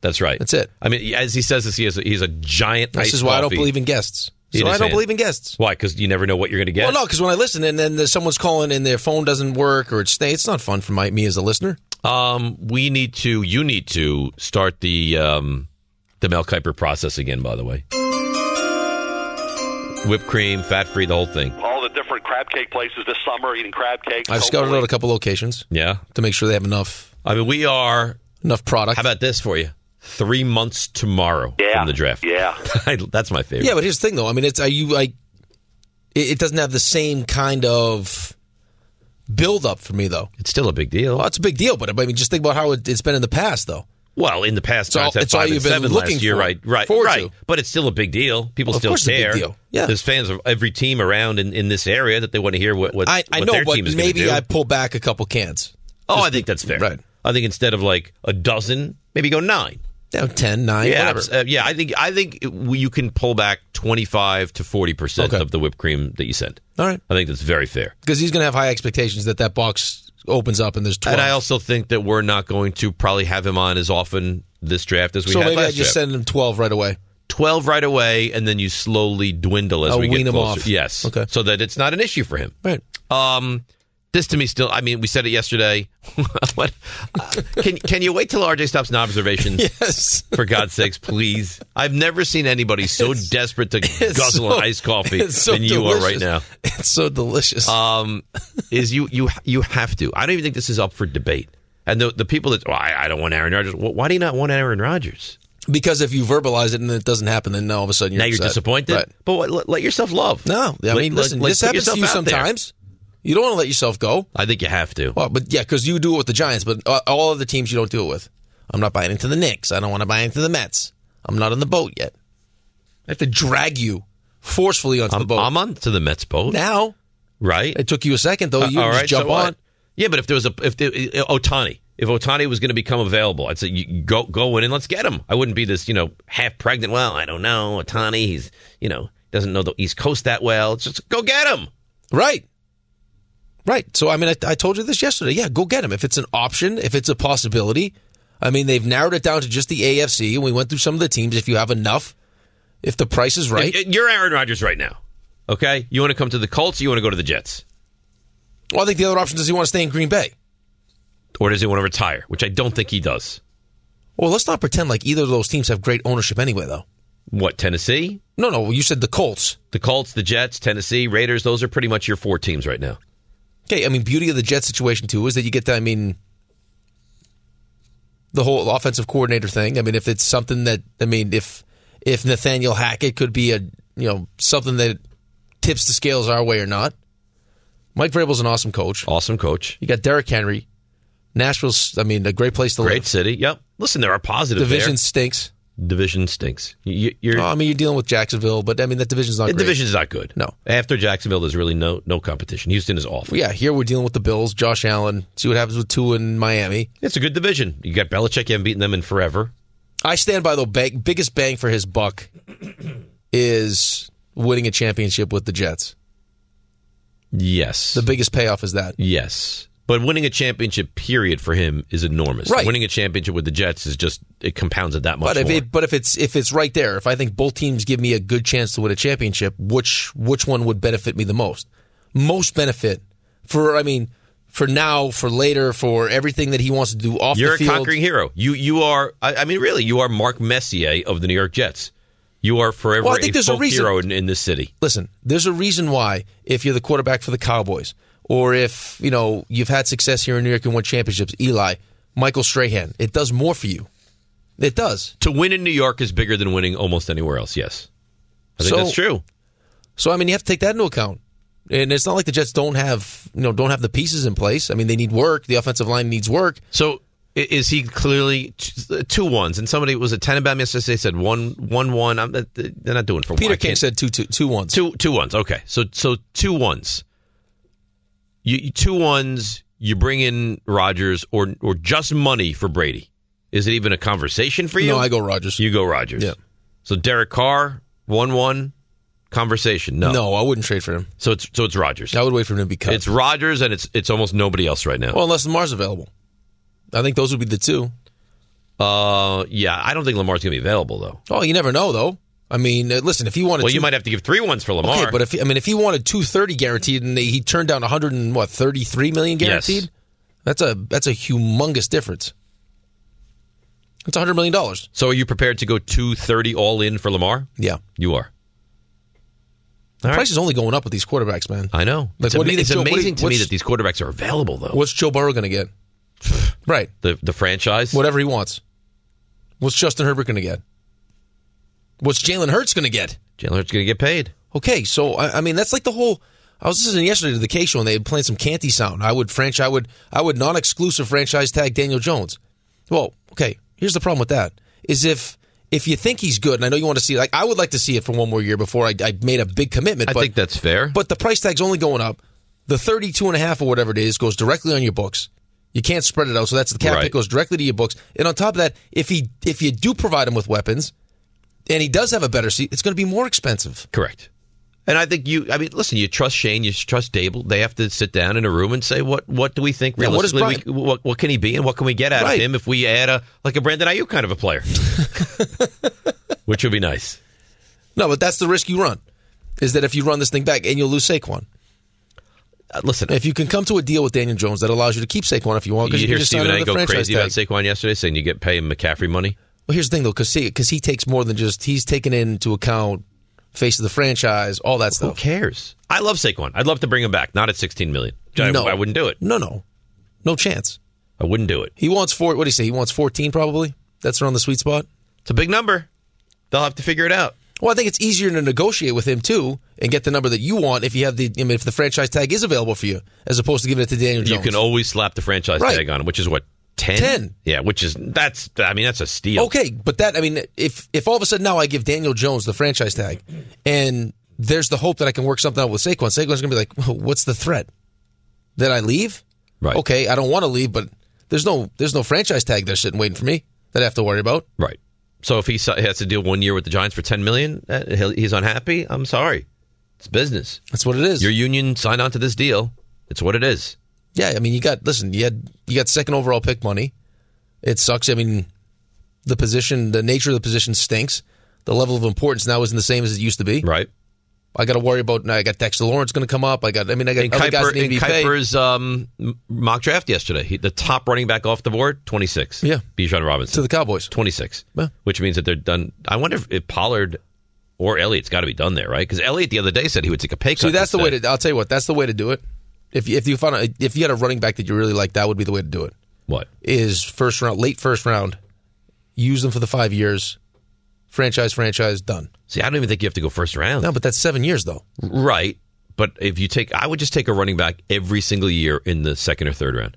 Speaker 2: That's right.
Speaker 4: That's it.
Speaker 2: I mean, as he says this, he is he's a giant.
Speaker 4: This
Speaker 2: iced
Speaker 4: is why I don't
Speaker 2: coffee.
Speaker 4: believe in guests.
Speaker 2: He
Speaker 4: So I
Speaker 2: is
Speaker 4: don't
Speaker 2: saying-
Speaker 4: believe in guests.
Speaker 2: Why? Because you never know what you're going to get.
Speaker 4: Well, no, because when I listen and then there's someone's calling and their phone doesn't work or it's it's not fun for my, me as a listener.
Speaker 2: Um, we need to. You need to start the um, the Mel Kiper process again. By the way, whipped cream, fat free, the whole thing.
Speaker 15: all the different crab cake places this summer, eating crab cake.
Speaker 4: I've scouted out a couple locations
Speaker 2: Yeah.
Speaker 4: to make sure they have enough
Speaker 2: I mean, we are.
Speaker 4: enough product.
Speaker 2: How about this for you? Three months tomorrow
Speaker 15: Yeah.
Speaker 2: from the draft.
Speaker 15: Yeah.
Speaker 2: I, that's my favorite.
Speaker 4: yeah, but here's the thing though. I mean, it's are you like it, it doesn't have the same kind of build up for me though.
Speaker 2: It's still a big deal.
Speaker 4: Well, it's a big deal, but I mean, just think about how it, it's been in the past though.
Speaker 2: Well, in the past,
Speaker 4: all-
Speaker 2: Giants had
Speaker 4: it's all
Speaker 2: five and
Speaker 4: you've been
Speaker 2: seven
Speaker 4: looking
Speaker 2: last year,
Speaker 4: for-
Speaker 2: right? Right,
Speaker 4: forward
Speaker 2: right.
Speaker 4: to.
Speaker 2: But it's still a big deal. People
Speaker 4: Of
Speaker 2: still
Speaker 4: course it's a big
Speaker 2: care.
Speaker 4: deal. Yeah.
Speaker 2: there's fans of every team around in, in this area that they want to hear what what,
Speaker 4: I, I
Speaker 2: what
Speaker 4: know,
Speaker 2: their
Speaker 4: but
Speaker 2: team is going to
Speaker 4: maybe
Speaker 2: do.
Speaker 4: I pull back a couple cans.
Speaker 2: oh, I think that's fair. Right. I think instead of like a dozen, maybe go nine.
Speaker 4: Down 10, 9,
Speaker 2: yeah,
Speaker 4: whatever.
Speaker 2: abs- uh, yeah. I think I think it- we- you can pull back twenty five to forty percent of the whipped cream that you send.
Speaker 4: All right.
Speaker 2: I think that's very fair.
Speaker 4: Because he's going to have high expectations that that box opens up and there's 12.
Speaker 2: And I also think that we're not going to probably have him on as often this draft as we
Speaker 4: so
Speaker 2: had
Speaker 4: maybe
Speaker 2: last
Speaker 4: I just
Speaker 2: draft.
Speaker 4: send him 12 right away.
Speaker 2: 12 right away, and then you slowly dwindle as
Speaker 4: I'll
Speaker 2: we
Speaker 4: Oh, wean
Speaker 2: get
Speaker 4: him
Speaker 2: closer.
Speaker 4: off.
Speaker 2: Yes. Okay. So that it's not an issue for him.
Speaker 4: Right.
Speaker 2: Um, this to me still, I mean, we said it yesterday. what? uh, can can you wait till RJ stops an observation?
Speaker 4: Yes.
Speaker 2: For God's sakes, please. I've never seen anybody so desperate to guzzle
Speaker 4: so-
Speaker 2: an iced coffee
Speaker 4: it's so
Speaker 2: than you are right
Speaker 4: delicious.
Speaker 2: now.
Speaker 4: It's so delicious.
Speaker 2: Um, is you you you have to. I don't even think this is up for debate. And the the people that well, I, I don't want Aaron Rodgers. Well, why do you not want Aaron Rodgers?
Speaker 4: Because if you verbalize it and it doesn't happen, then now all of a sudden you're
Speaker 2: now you're
Speaker 4: upset.
Speaker 2: disappointed.
Speaker 4: Right.
Speaker 2: But what, let, let yourself love.
Speaker 4: No, I
Speaker 2: Let-
Speaker 4: mean,
Speaker 2: let-
Speaker 4: listen,
Speaker 2: let-
Speaker 4: this
Speaker 2: put
Speaker 4: happens to
Speaker 2: yourself
Speaker 4: you
Speaker 2: out there.
Speaker 4: sometimes. You don't want to let yourself go.
Speaker 2: I think you have to.
Speaker 4: Well, but yeah, because you do it with the Giants, but uh, all other teams you don't do it with. I'm not buying into the Knicks. I don't want to buy into the Mets. I'm not on the boat yet. I have to drag you forcefully onto the boat.
Speaker 2: I'm on to the Mets boat
Speaker 4: now.
Speaker 2: Right.
Speaker 4: It took you a second though. You
Speaker 2: Uh, all
Speaker 4: just
Speaker 2: right,
Speaker 4: jump
Speaker 2: so what?
Speaker 4: on.
Speaker 2: Yeah, but if there was a if there, Otani, if Otani was going to become available, I'd say you go go in and let's get him. I wouldn't be this you know half pregnant. Well, I don't know Otani. He's you know doesn't know the East Coast that well. It's just go get him.
Speaker 4: Right. Right. So, I mean, I, I told you this yesterday. Yeah, go get him. If it's an option, if it's a possibility. I mean, they've narrowed it down to just the AFC, and we went through some of the teams. If you have enough, if the price is right.
Speaker 2: If- You're Aaron Rodgers right now. Okay, you want to come to the Colts? Or you want to go to the Jets?
Speaker 4: Well, I think the other option is he want to stay in Green Bay.
Speaker 2: Or does he want to retire? Which I don't think he does.
Speaker 4: Well, let's not pretend like either of those teams have great ownership anyway, though.
Speaker 2: What Tennessee?
Speaker 4: No, no. You said the Colts.
Speaker 2: The Colts, the Jets, Tennessee, Raiders. Those are pretty much your four teams right now.
Speaker 4: Okay, I mean, beauty of the Jets situation too is that you get to, I mean, the whole offensive coordinator thing. I mean, if it's something that, I mean, if if Nathaniel Hackett could be a, you know, something that tips the scales our way or not. Mike Vrabel's an awesome coach.
Speaker 2: Awesome coach.
Speaker 4: You got Derrick Henry. Nashville's, I mean, a great place to live.
Speaker 2: Great city. Yep. Listen, there are positives.
Speaker 4: Division
Speaker 2: there.
Speaker 4: stinks.
Speaker 2: Division stinks. You, you're,
Speaker 4: Oh, I mean, you're dealing with Jacksonville, but I mean, that division's not
Speaker 2: the
Speaker 4: great.
Speaker 2: division's not good.
Speaker 4: No.
Speaker 2: After Jacksonville, there's really no no competition. Houston is awful.
Speaker 4: Yeah, here we're dealing with the Bills, Josh Allen. See what happens with two in Miami.
Speaker 2: It's a good division. You got Belichick. You haven't beaten them in forever.
Speaker 4: I stand by the bang, biggest bang for his buck is winning a championship with the Jets.
Speaker 2: Yes. The
Speaker 4: biggest payoff is that.
Speaker 2: Yes. But winning a championship, period, for him is enormous.
Speaker 4: Right.
Speaker 2: Winning a championship with the Jets is just it compounds it that much.
Speaker 4: But if
Speaker 2: more.
Speaker 4: it, but if it's if it's right there, if I think both teams give me a good chance to win a championship, which which one would benefit me the most? Most benefit for I mean for now, for later, for everything that he wants to do off
Speaker 2: You're
Speaker 4: the field.
Speaker 2: a conquering hero. You you are. I, I mean, really, you are Mark Messier of the New York Jets. You are forever
Speaker 4: Well, I think
Speaker 2: a
Speaker 4: there's a
Speaker 2: folk
Speaker 4: reason-
Speaker 2: hero in, in this city.
Speaker 4: Listen, there's a reason why if you're the quarterback for the Cowboys, or if you know you've had success here in New York and won championships, Eli, Michael Strahan, it does more for you. It does.
Speaker 2: To win in New York is bigger than winning almost anywhere else. Yes, I think
Speaker 4: So-
Speaker 2: that's true.
Speaker 4: So I mean, you have to take that into account. And it's not like the Jets don't have you know don't have the pieces in place. I mean, they need work. The offensive line needs work.
Speaker 2: So i- is he clearly t- two ones? And somebody was a Tenenbaum yesterday said one one one. I'm, they're not doing it for one.
Speaker 4: Peter
Speaker 2: I
Speaker 4: King
Speaker 2: can't-
Speaker 4: said two two two ones.
Speaker 2: Two two ones. Okay, so so two ones. You you- two ones. You bring in Rodgers or or just money for Brady. Is it even a conversation for you?
Speaker 4: No, I go Rodgers.
Speaker 2: You go Rodgers. Yeah. So Derek Carr one one conversation. No,
Speaker 4: I wouldn't trade for him.
Speaker 2: So it's so it's Rodgers.
Speaker 4: I would wait for him to be cut.
Speaker 2: It's Rodgers and it's it's almost nobody else right now.
Speaker 4: well, unless Lamar's available, I think those would be the two.
Speaker 2: Uh, yeah, I don't think Lamar's going to be available though.
Speaker 4: Oh, you never know though. I mean, uh, listen, if he wanted,
Speaker 2: Well,
Speaker 4: two,
Speaker 2: you might have to give three ones for Lamar.
Speaker 4: Okay, but if I mean, if he wanted two thirty guaranteed, and they, he turned down one hundred and what thirty three million
Speaker 2: Yes.
Speaker 4: guaranteed, that's a that's a humongous difference. That's hundred million dollars.
Speaker 2: so, are you prepared to go two thirty all in for Lamar?
Speaker 4: Yeah,
Speaker 2: you are.
Speaker 4: the
Speaker 2: All right.
Speaker 4: price is only going up with these quarterbacks, man.
Speaker 2: I know.
Speaker 4: Like,
Speaker 2: it's
Speaker 4: what do
Speaker 2: ama-
Speaker 4: you think
Speaker 2: it's
Speaker 4: Joe- what do you-
Speaker 2: amazing to me
Speaker 4: what's-
Speaker 2: that these quarterbacks are available though.
Speaker 4: What's Joe Burrow going to get? right.
Speaker 2: The the franchise.
Speaker 4: Whatever he wants. What's Justin Herbert going to get? What's Jalen Hurts going to get?
Speaker 2: Jalen Hurts going to get paid.
Speaker 4: Okay, so I, I mean that's like the whole. I was listening yesterday to the K show and they had played some Canty sound. I would franchise. I would I would non-exclusive franchise tag Daniel Jones. Well, okay, Here's the problem with that is if if you think he's good, and I know you want to see, like I would like to see it for one more year before I, I made a big commitment.
Speaker 2: I
Speaker 4: but,
Speaker 2: think that's fair.
Speaker 4: But the price tag's only going up. The 32 and a half or whatever it is goes directly on your books. You can't spread it out, so that's the cap
Speaker 2: Right.
Speaker 4: hit goes directly to your books. And on top of that, if he if you do provide him with weapons, and he does have a better seat, it's going to be more expensive.
Speaker 2: Correct. And I think you. I mean, listen. You trust Shane. You trust Dable. They have to sit down in a room and say what What do we think
Speaker 4: Yeah, what is
Speaker 2: realistically? we- what, what, can he be and what can we get out
Speaker 4: Right.
Speaker 2: of him if we add a like a Brandon Ayuk kind of a player, which would be nice.
Speaker 4: No, but that's the risk you run. Is that if you run this thing back and you'll lose Saquon?
Speaker 2: Uh, listen,
Speaker 4: if you can come to a deal with Daniel Jones that allows you to keep Saquon if you want,
Speaker 2: You,
Speaker 4: because you,
Speaker 2: hear
Speaker 4: can just sign
Speaker 2: Stephen A.
Speaker 4: another
Speaker 2: go
Speaker 4: franchise
Speaker 2: crazy
Speaker 4: tag.
Speaker 2: about Saquon yesterday, saying you get pay him McCaffrey money.
Speaker 4: Well, here's the thing though, because he takes more than just he's taken into account face of the franchise, all that stuff.
Speaker 2: Who cares? I love Saquon. I'd love to bring him back. Not at sixteen million. I,
Speaker 4: No.
Speaker 2: I wouldn't do it.
Speaker 4: No, no, no chance.
Speaker 2: I wouldn't do it.
Speaker 4: He wants four. What do you say? He wants fourteen, probably. That's around the sweet spot.
Speaker 2: It's a big number. They'll have to figure it out.
Speaker 4: Well, I think it's easier to negotiate with him too and get the number that you want if you have the I mean, if the franchise tag is available for you, as opposed to giving it to Daniel
Speaker 2: You
Speaker 4: Jones.
Speaker 2: can always slap the franchise
Speaker 4: Right.
Speaker 2: tag on him, which is what 10?
Speaker 4: 10.
Speaker 2: Yeah, which is that's I mean that's a steal.
Speaker 4: Okay, but that I mean, if if all of a sudden now I give Daniel Jones the franchise tag, and there's the hope that I can work something out with Saquon, Saquon's gonna be like, "Well, what's the threat? That I leave?
Speaker 2: Right.
Speaker 4: Okay, I don't want to leave, but there's no there's no franchise tag there sitting waiting for me that I have to worry about.
Speaker 2: Right. So if he si- has to deal one year with the Giants for ten million, uh, he'll- he's unhappy. I'm sorry, it's business.
Speaker 4: That's what it is.
Speaker 2: Your union signed on to this deal. It's what it is.
Speaker 4: Yeah, I mean, you got listen, you had you got second overall pick money. It sucks. I mean, the position, the nature of the position stinks. The level of importance now isn't the same as it used to be.
Speaker 2: Right.
Speaker 4: I got to worry about. Now I got Dexter Lawrence going to come up. I got. I mean, I got
Speaker 2: In
Speaker 4: other guys that
Speaker 2: Kuiper,
Speaker 4: need
Speaker 2: in
Speaker 4: to be paid.
Speaker 2: Kuiper's um, m- mock draft yesterday, he, the top running back off the board, 26.
Speaker 4: Yeah.
Speaker 2: Bijan Robinson. To the
Speaker 4: Cowboys.
Speaker 2: 26.
Speaker 4: Yeah.
Speaker 2: Which means that they're done. I wonder if, if Pollard or Elliott's got to be done there, right? Because Elliott the other day said he would take a pay cut.
Speaker 4: See, that's the
Speaker 2: instead.
Speaker 4: way to. I'll tell you what. That's the way to do it. If you- if you found a, if you had a running back that you really liked, that would be the way to do it.
Speaker 2: What
Speaker 4: is first round, late first round? Use them for the five years. Franchise, franchise, done.
Speaker 2: See, I don't even think you have to go first round.
Speaker 4: No, but that's seven years though.
Speaker 2: Right. But if you take, I would just take a running back every single year in the second or third round.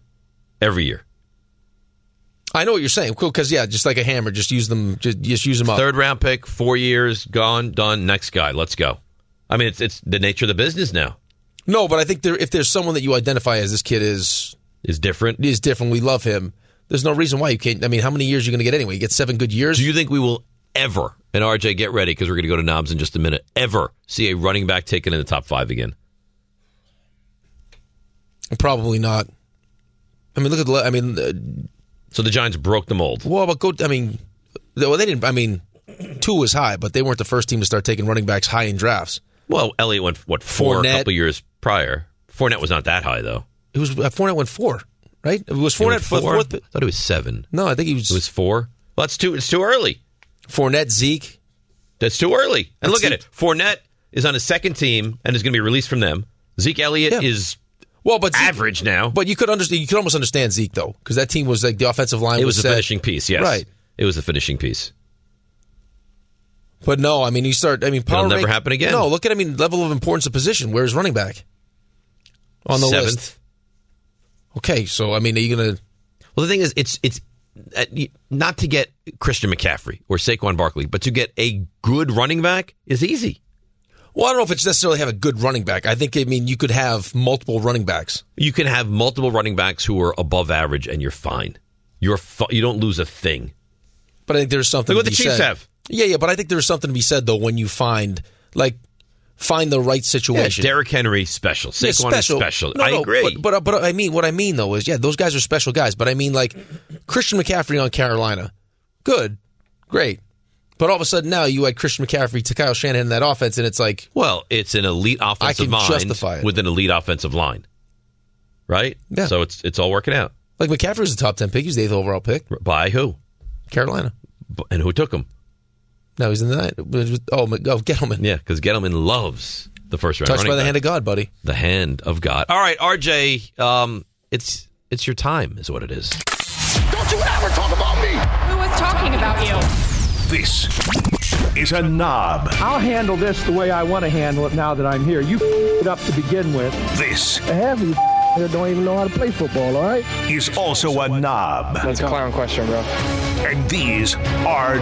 Speaker 2: Every year.
Speaker 4: I know what you're saying. Cool, because yeah, just like a hammer, just use them. Just, just use them up.
Speaker 2: Third round pick, four years, gone, done, next guy, let's go. I mean, it's, it's the nature of the business now.
Speaker 4: No, but I think there, if there's someone that you identify as this kid is
Speaker 2: is different,
Speaker 4: is different. We love him. There's no reason why you can't. I mean, how many years are you going to get anyway? You get seven good years.
Speaker 2: Do you think we will ever, and RJ, get ready because we're going to go to Knobs in just a minute, ever see a running back taken in the top five again?
Speaker 4: Probably not. I mean, look at the. le- I mean, uh,
Speaker 2: so the Giants broke the mold.
Speaker 4: Well, but go. I mean, they, well, they didn't. I mean, two was high, but they weren't the first team to start taking running backs high in drafts.
Speaker 2: Well, Elliott went, what, four a
Speaker 4: Fournette.
Speaker 2: couple years prior? Fournette was not that high, though.
Speaker 4: It was uh, Fournette went four, right? It was Fournette
Speaker 2: He went
Speaker 4: four?
Speaker 2: four?
Speaker 4: fourth.
Speaker 2: I thought it was seven.
Speaker 4: No, I think he was. It
Speaker 2: was four. Well, that's too. It's too early.
Speaker 4: Fournette, Zeke.
Speaker 2: That's too early. And look
Speaker 4: That's
Speaker 2: at it. Fournette is on his second team and is going to be released from them. Zeke Elliott is
Speaker 4: well, but
Speaker 2: average now.
Speaker 4: But you could understand. You could almost understand Zeke though, because that team was like the offensive line.
Speaker 2: It was the
Speaker 4: set.
Speaker 2: finishing piece. Yes,
Speaker 4: Right.
Speaker 2: It was the finishing piece.
Speaker 4: But no, I mean, you start. I mean, power
Speaker 2: It'll never
Speaker 4: rank-
Speaker 2: happen again.
Speaker 4: No, look at. I mean, level of importance of position. Where's running back on the
Speaker 2: Seventh.
Speaker 4: list? Okay, so I mean, are you gonna?
Speaker 2: Well, the thing is, it's it's uh, you- not to get Christian McCaffrey or Saquon Barkley, but to get a good running back is easy.
Speaker 4: Well, I don't know if it's necessarily have a good running back. I think I mean you could have multiple running backs.
Speaker 2: You can have multiple running backs who are above average, and you're fine. You're fu- you don't lose a thing.
Speaker 4: But I think there's something.
Speaker 2: Look what
Speaker 4: to
Speaker 2: the
Speaker 4: be
Speaker 2: Chiefs
Speaker 4: said.
Speaker 2: have.
Speaker 4: Yeah, yeah. But I think there's something to be said though when you find like find the right
Speaker 2: Yeah,
Speaker 4: situation.
Speaker 2: Derrick Henry special. Saquon
Speaker 4: Yeah,
Speaker 2: is special.
Speaker 4: No,
Speaker 2: I
Speaker 4: no,
Speaker 2: agree.
Speaker 4: But, but but I mean what I mean though is yeah, those guys are special guys. But I mean like Christian McCaffrey on Carolina, good, great. But all of a sudden now you had Christian McCaffrey to Kyle Shanahan in that offense, and it's like
Speaker 2: Well, it's an elite offensive
Speaker 4: can
Speaker 2: mind
Speaker 4: justify it.
Speaker 2: with an elite offensive line, right? Yeah. So it's it's all working out.
Speaker 4: like McCaffrey was a top ten pick. He's the eighth overall pick
Speaker 2: by who?
Speaker 4: Carolina.
Speaker 2: B- And who took him?
Speaker 4: No, he's in the ninth. Oh, Mc- oh Gettleman.
Speaker 2: Yeah, because Gettleman loves the first round.
Speaker 4: Touched by
Speaker 2: running
Speaker 4: the
Speaker 2: back.
Speaker 4: hand of God, buddy.
Speaker 2: The hand of God. All right, RJ, um, it's it's your time, is what it is.
Speaker 3: Don't you ever talk about me. Who was talking about you?
Speaker 1: This is a knob.
Speaker 16: I'll handle this the way I want to handle it now that I'm here. You f- it up to begin with.
Speaker 1: This.
Speaker 16: Half of you f- here don't even know how to play football, all right?
Speaker 1: Is also a knob.
Speaker 16: That's a clown question, bro.
Speaker 1: And these are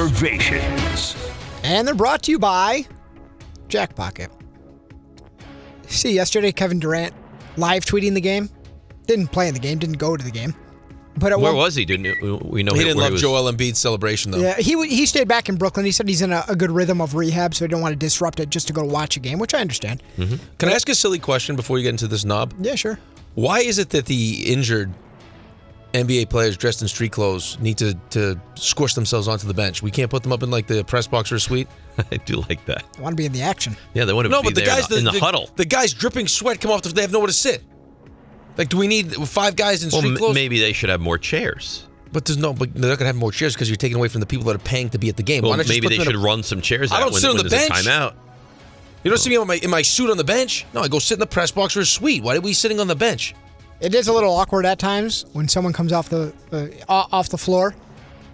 Speaker 1: Nobservations.
Speaker 5: And they're brought to you by Jack Pocket. See, yesterday Kevin Durant live tweeting the game. Didn't play in the game. Didn't go to the game. But at
Speaker 2: Where
Speaker 5: one-
Speaker 2: was he? Didn't we know
Speaker 4: He
Speaker 2: where
Speaker 4: didn't love
Speaker 2: was.
Speaker 4: Joel Embiid's celebration though.
Speaker 5: Yeah, he w- he stayed back in Brooklyn. He said he's in a, a good rhythm of rehab, so he don't want to disrupt it just to go watch a game, which I understand.
Speaker 4: Can I ask a silly question before you get into this knob?
Speaker 5: Yeah, sure.
Speaker 4: Why is it that the injured NBA players dressed in street clothes need to, to squish themselves onto the bench? We can't put them up in like the press box or suite.
Speaker 2: I do like that.
Speaker 5: I want to be in the action.
Speaker 2: Yeah, they want to
Speaker 4: no,
Speaker 2: be
Speaker 4: but
Speaker 2: there
Speaker 4: the guys
Speaker 2: in the, in the huddle.
Speaker 4: The guys dripping sweat come off. The, they have nowhere to sit. Like, do we need five guys in
Speaker 2: Well,
Speaker 4: street
Speaker 2: m-
Speaker 4: clothes?
Speaker 2: maybe they should have more chairs.
Speaker 4: But there's no. But they're not gonna have more chairs because you're taking away from the people that are paying to be at the game. Why
Speaker 2: Well,
Speaker 4: not just
Speaker 2: maybe
Speaker 4: put
Speaker 2: they
Speaker 4: them in
Speaker 2: should
Speaker 4: a-
Speaker 2: run some chairs.
Speaker 4: I
Speaker 2: out
Speaker 4: don't
Speaker 2: when,
Speaker 4: sit on
Speaker 2: when
Speaker 4: the
Speaker 2: there's a
Speaker 4: bench.
Speaker 2: Timeout.
Speaker 4: You don't see me on my in my suit on the bench. No, I go sit in the press box or suite. Why are we sitting on the bench?
Speaker 5: It is a little awkward at times when someone comes off the uh, o- off the floor,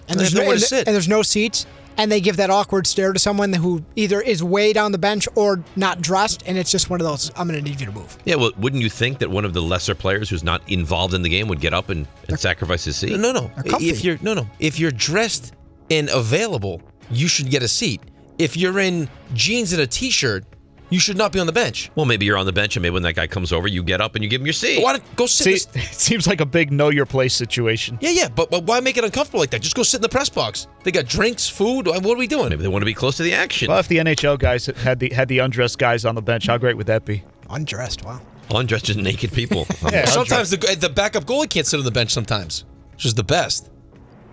Speaker 4: And they have nowhere
Speaker 5: and,
Speaker 4: to
Speaker 5: th-
Speaker 4: sit.
Speaker 5: and there's no seats, and they give that awkward stare to someone who either is way down the bench or not dressed, and it's just one of those. I'm going to need you to move.
Speaker 2: Yeah, well, wouldn't you think that one of the lesser players who's not involved in the game would get up and, and sacrifice his seat?
Speaker 4: No, no. If you're no, no. If you're dressed and available, you should get a seat. If you're in jeans and a t-shirt, you should not be on the bench.
Speaker 2: Well, maybe you're on the bench, and maybe when that guy comes over, you get up and you give him your seat.
Speaker 4: Why don't, go
Speaker 6: See,
Speaker 4: sit? in the-
Speaker 6: it seems like a big know your place situation.
Speaker 4: yeah, yeah. But, but why make it uncomfortable like that? Just go sit in the press box. They got drinks, food. What are we doing?
Speaker 2: Maybe they want to be close to the action.
Speaker 6: Well, if the NHL guys had the had the undressed guys on the bench, how great would that be?
Speaker 5: Undressed, wow.
Speaker 2: Undressed just naked people.
Speaker 4: sometimes the, the backup goalie can't sit on the bench. Sometimes, which is the best.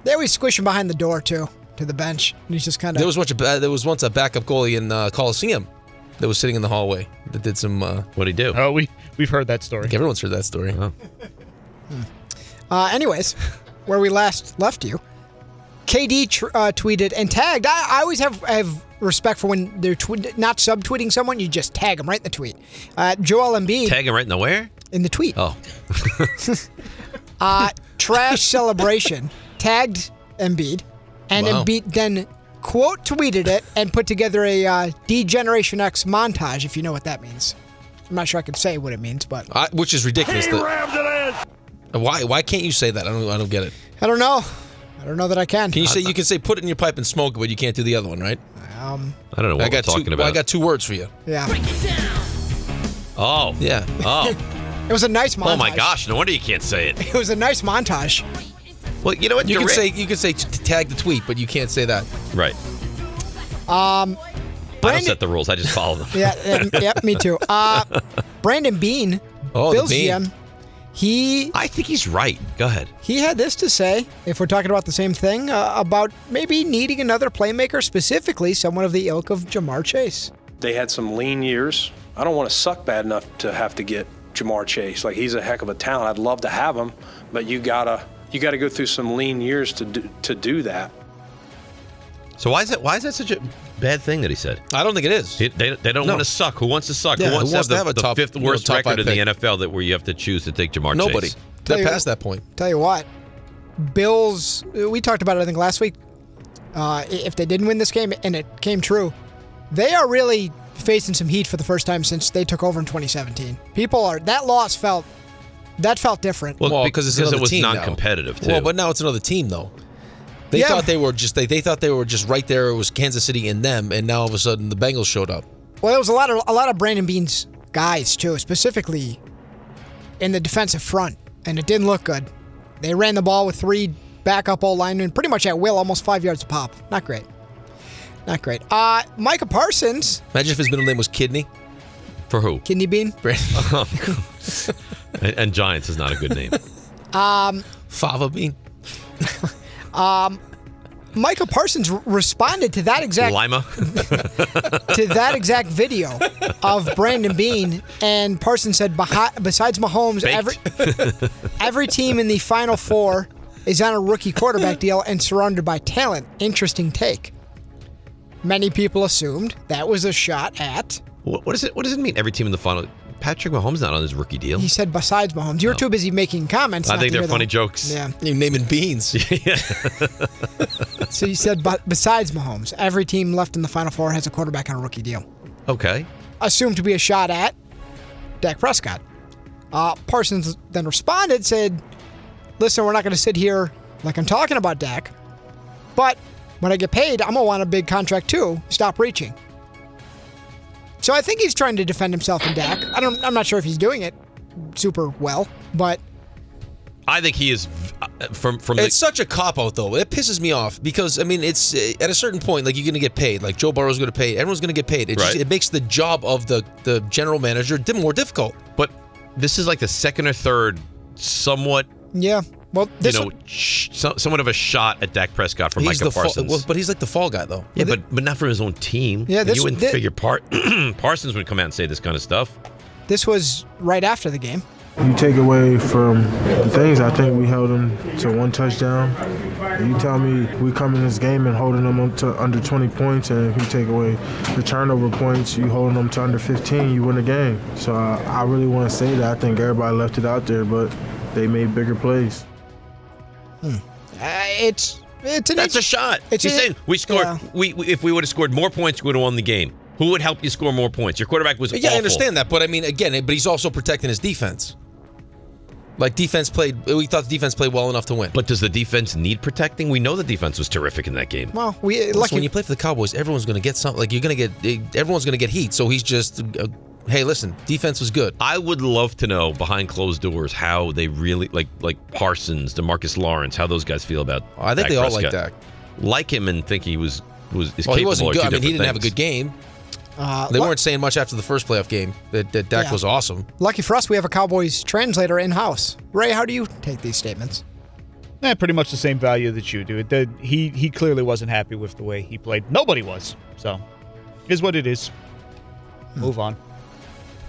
Speaker 5: They always squish him behind the door too to the bench, and he's just kind
Speaker 4: There
Speaker 5: of.
Speaker 4: was once a ba- there was once a backup goalie in uh, Coliseum that was sitting in the hallway that did some. Uh,
Speaker 2: what did he do? Oh.
Speaker 6: Oh, we we've heard that story.
Speaker 4: everyone's heard that story.
Speaker 5: Uh, anyways, where we last left you, KD tr- uh, tweeted and tagged. I, I always have have respect for when they're tw- not subtweeting someone. You just tag them right in the tweet. Uh, Joel Embiid
Speaker 2: Tag him right in the where?
Speaker 5: in the tweet.
Speaker 2: Oh,
Speaker 5: Uh, trash celebration tagged Embiid, and
Speaker 2: Wow.
Speaker 5: Embiid then quote tweeted it and put together a uh, D Generation X montage. If you know what that means, I'm not sure I can say what it means, but
Speaker 4: I, which is ridiculous. that- Why why can't you say that? I don't I don't get it.
Speaker 5: I don't know. I don't know that I can.
Speaker 4: Can you say you can say put it in your pipe and smoke it, but you can't do the other one, right?
Speaker 5: Um,
Speaker 2: I don't know what
Speaker 4: I got
Speaker 2: we're
Speaker 4: two,
Speaker 2: talking about.
Speaker 4: I got two words for you.
Speaker 5: yeah.
Speaker 2: Oh.
Speaker 4: Yeah.
Speaker 2: Oh.
Speaker 5: It was a nice montage.
Speaker 2: oh my gosh, no wonder you can't say it.
Speaker 5: It was a nice montage.
Speaker 2: Well, you know what?
Speaker 4: You can
Speaker 2: Durant-
Speaker 4: say you can say t- tag the tweet, but you can't say that.
Speaker 2: Right.
Speaker 5: Um,
Speaker 2: I don't set the rules. I just follow them.
Speaker 5: yeah, um, yep, me too. Uh, Brandon Bean,
Speaker 2: Oh, the
Speaker 5: Bills
Speaker 2: Bean.
Speaker 5: GM, he
Speaker 2: I think he's right. Go ahead.
Speaker 5: he had this to say. If we're talking about the same thing, uh, about maybe needing another playmaker, specifically someone of the ilk of Jamar Chase.
Speaker 17: They had some lean years. I don't want to suck bad enough to have to get Jamar Chase. Like he's a heck of a talent. I'd love to have him, but you gotta you gotta go through some lean years to do, to do that.
Speaker 2: So why is that? Why is that such a bad thing that he said?
Speaker 4: I don't think it is.
Speaker 2: They, they don't
Speaker 4: No.
Speaker 2: want to suck. Who wants to suck?
Speaker 4: Yeah,
Speaker 2: who wants, to have,
Speaker 4: a
Speaker 2: the,
Speaker 4: top-
Speaker 2: the fifth
Speaker 4: you know,
Speaker 2: worst
Speaker 4: top
Speaker 2: record
Speaker 4: five
Speaker 2: in the NFL that where you have to choose to take Jamar
Speaker 4: Nobody.
Speaker 2: Chase?
Speaker 5: Tell
Speaker 4: They're
Speaker 5: you-
Speaker 4: past that point.
Speaker 5: Tell you what, Bills. We talked about it, I think, last week. Uh, i- if they didn't win this game, and it came true, they are really facing some heat for the first time since they took over in 2017. People are that loss felt that felt different.
Speaker 4: Well, because it's
Speaker 2: because it
Speaker 4: another
Speaker 2: was
Speaker 4: team now.
Speaker 2: non-competitive, too.
Speaker 4: Well, but now it's another team though. They
Speaker 5: Yeah.
Speaker 4: thought they were just they, they thought they were just right there. It was Kansas City and them, and now all of a sudden the Bengals showed up.
Speaker 5: Well, there was a lot of a lot of Brandon Bean's guys too, specifically in the defensive front, and it didn't look good. They ran the ball with three backup old linemen, pretty much at will, almost five yards a pop. Not great. Not great. Uh, Micah Parsons,
Speaker 4: Imagine if his middle name was Kidney.
Speaker 2: For who?
Speaker 5: kidney bean.
Speaker 2: and, and Giants is not a good name.
Speaker 5: Um,
Speaker 4: Fava bean.
Speaker 5: um, Micah Parsons r- responded to that exact
Speaker 2: Lima.
Speaker 5: to that exact video of Brandon Bean, and Parsons said, "Behi- besides Mahomes, every Every team in the Final Four is on a rookie quarterback deal and surrounded by talent. Interesting take. Many people assumed that was a shot at.
Speaker 2: what, what is it? What does it mean? Every team in the final. Patrick Mahomes not on his rookie deal.
Speaker 5: He said, besides Mahomes, you were too busy making comments.
Speaker 2: I
Speaker 5: not
Speaker 2: think
Speaker 5: to
Speaker 2: they're
Speaker 5: hear
Speaker 2: funny
Speaker 5: them.
Speaker 2: jokes.
Speaker 5: Yeah.
Speaker 4: You're naming beans.
Speaker 5: So you said, but besides Mahomes, every team left in the Final Four has a quarterback on a rookie deal.
Speaker 2: Okay.
Speaker 5: assumed to be a shot at Dak Prescott. Uh, Parsons then responded, said, Listen, we're not going to sit here like I'm talking about Dak. But when I get paid, I'm gonna want a big contract too. Stop reaching. So I think he's trying to defend himself in Dak. I don't. I'm not sure if he's doing it super well, but
Speaker 2: I think he is uh, from from the
Speaker 4: It's such a cop out though. It pisses me off because I mean, it's uh, at a certain point like you're going to get paid. Like Joe Burrow's going to pay. Everyone's going to get paid. It, just,
Speaker 2: Right.
Speaker 4: it makes the job of the the general manager di- more difficult.
Speaker 2: But this is like the second or third somewhat
Speaker 5: yeah. Well,
Speaker 2: you
Speaker 5: this
Speaker 2: know sh- so- somewhat of a shot at Dak Prescott from
Speaker 4: he's
Speaker 2: Micah
Speaker 4: the fall,
Speaker 2: Parsons.
Speaker 4: well, but he's like the fall guy though.
Speaker 2: yeah, but but not from his own team.
Speaker 5: Yeah, this-
Speaker 2: you wouldn't
Speaker 5: thi-
Speaker 2: figure Par- Parsons would come out and say this kind of stuff.
Speaker 5: this was right after the game.
Speaker 18: You take away from the things I think we held them to one touchdown. You tell me we come in this game and holding them up to under 20 points, and if you take away the turnover points, you holding them to under 15, you win the game. So I, I really want to say that I think everybody left it out there, but they made bigger plays.
Speaker 5: Uh, it's it's an
Speaker 2: That's a shot.
Speaker 5: It's
Speaker 2: He's
Speaker 5: an-
Speaker 2: saying we scored.
Speaker 5: yeah.
Speaker 2: We, we if we would have scored more points, we would have won the game. Who would help you score more points? Your quarterback was
Speaker 4: yeah, I
Speaker 2: awful.
Speaker 4: understand that, but I mean, again, but he's also protecting his defense. Like defense played, we thought the defense played well enough to win.
Speaker 2: But does the defense need protecting? We know the defense was terrific in that game.
Speaker 5: Well, we
Speaker 4: Plus,
Speaker 5: lucky
Speaker 4: when you play for the Cowboys, everyone's going to get something. Like you're going to get, eh, everyone's going to get heat. So he's just, uh, hey, listen, defense was good.
Speaker 2: I would love to know behind closed doors how they really like like Parsons, Demarcus Lawrence, how those guys feel about.
Speaker 4: I think
Speaker 2: Dak
Speaker 4: they all like
Speaker 2: Prescott. Like him and think he was was is
Speaker 4: Well,
Speaker 2: capable
Speaker 4: he wasn't
Speaker 2: of
Speaker 4: good.
Speaker 2: two
Speaker 4: I mean, he
Speaker 2: different
Speaker 4: didn't have a
Speaker 2: things.
Speaker 4: good game.
Speaker 5: Uh,
Speaker 4: They
Speaker 5: lu-
Speaker 4: weren't saying much after the first playoff game that, that Dak
Speaker 5: Yeah.
Speaker 4: was awesome.
Speaker 5: lucky for us. We have a Cowboys translator in house. Ray, how do you take these statements?
Speaker 6: Eh, pretty much the same value that you do. It, that he he clearly wasn't happy with the way he played. Nobody was. So, it is what it is.
Speaker 4: Hmm.
Speaker 6: Move on.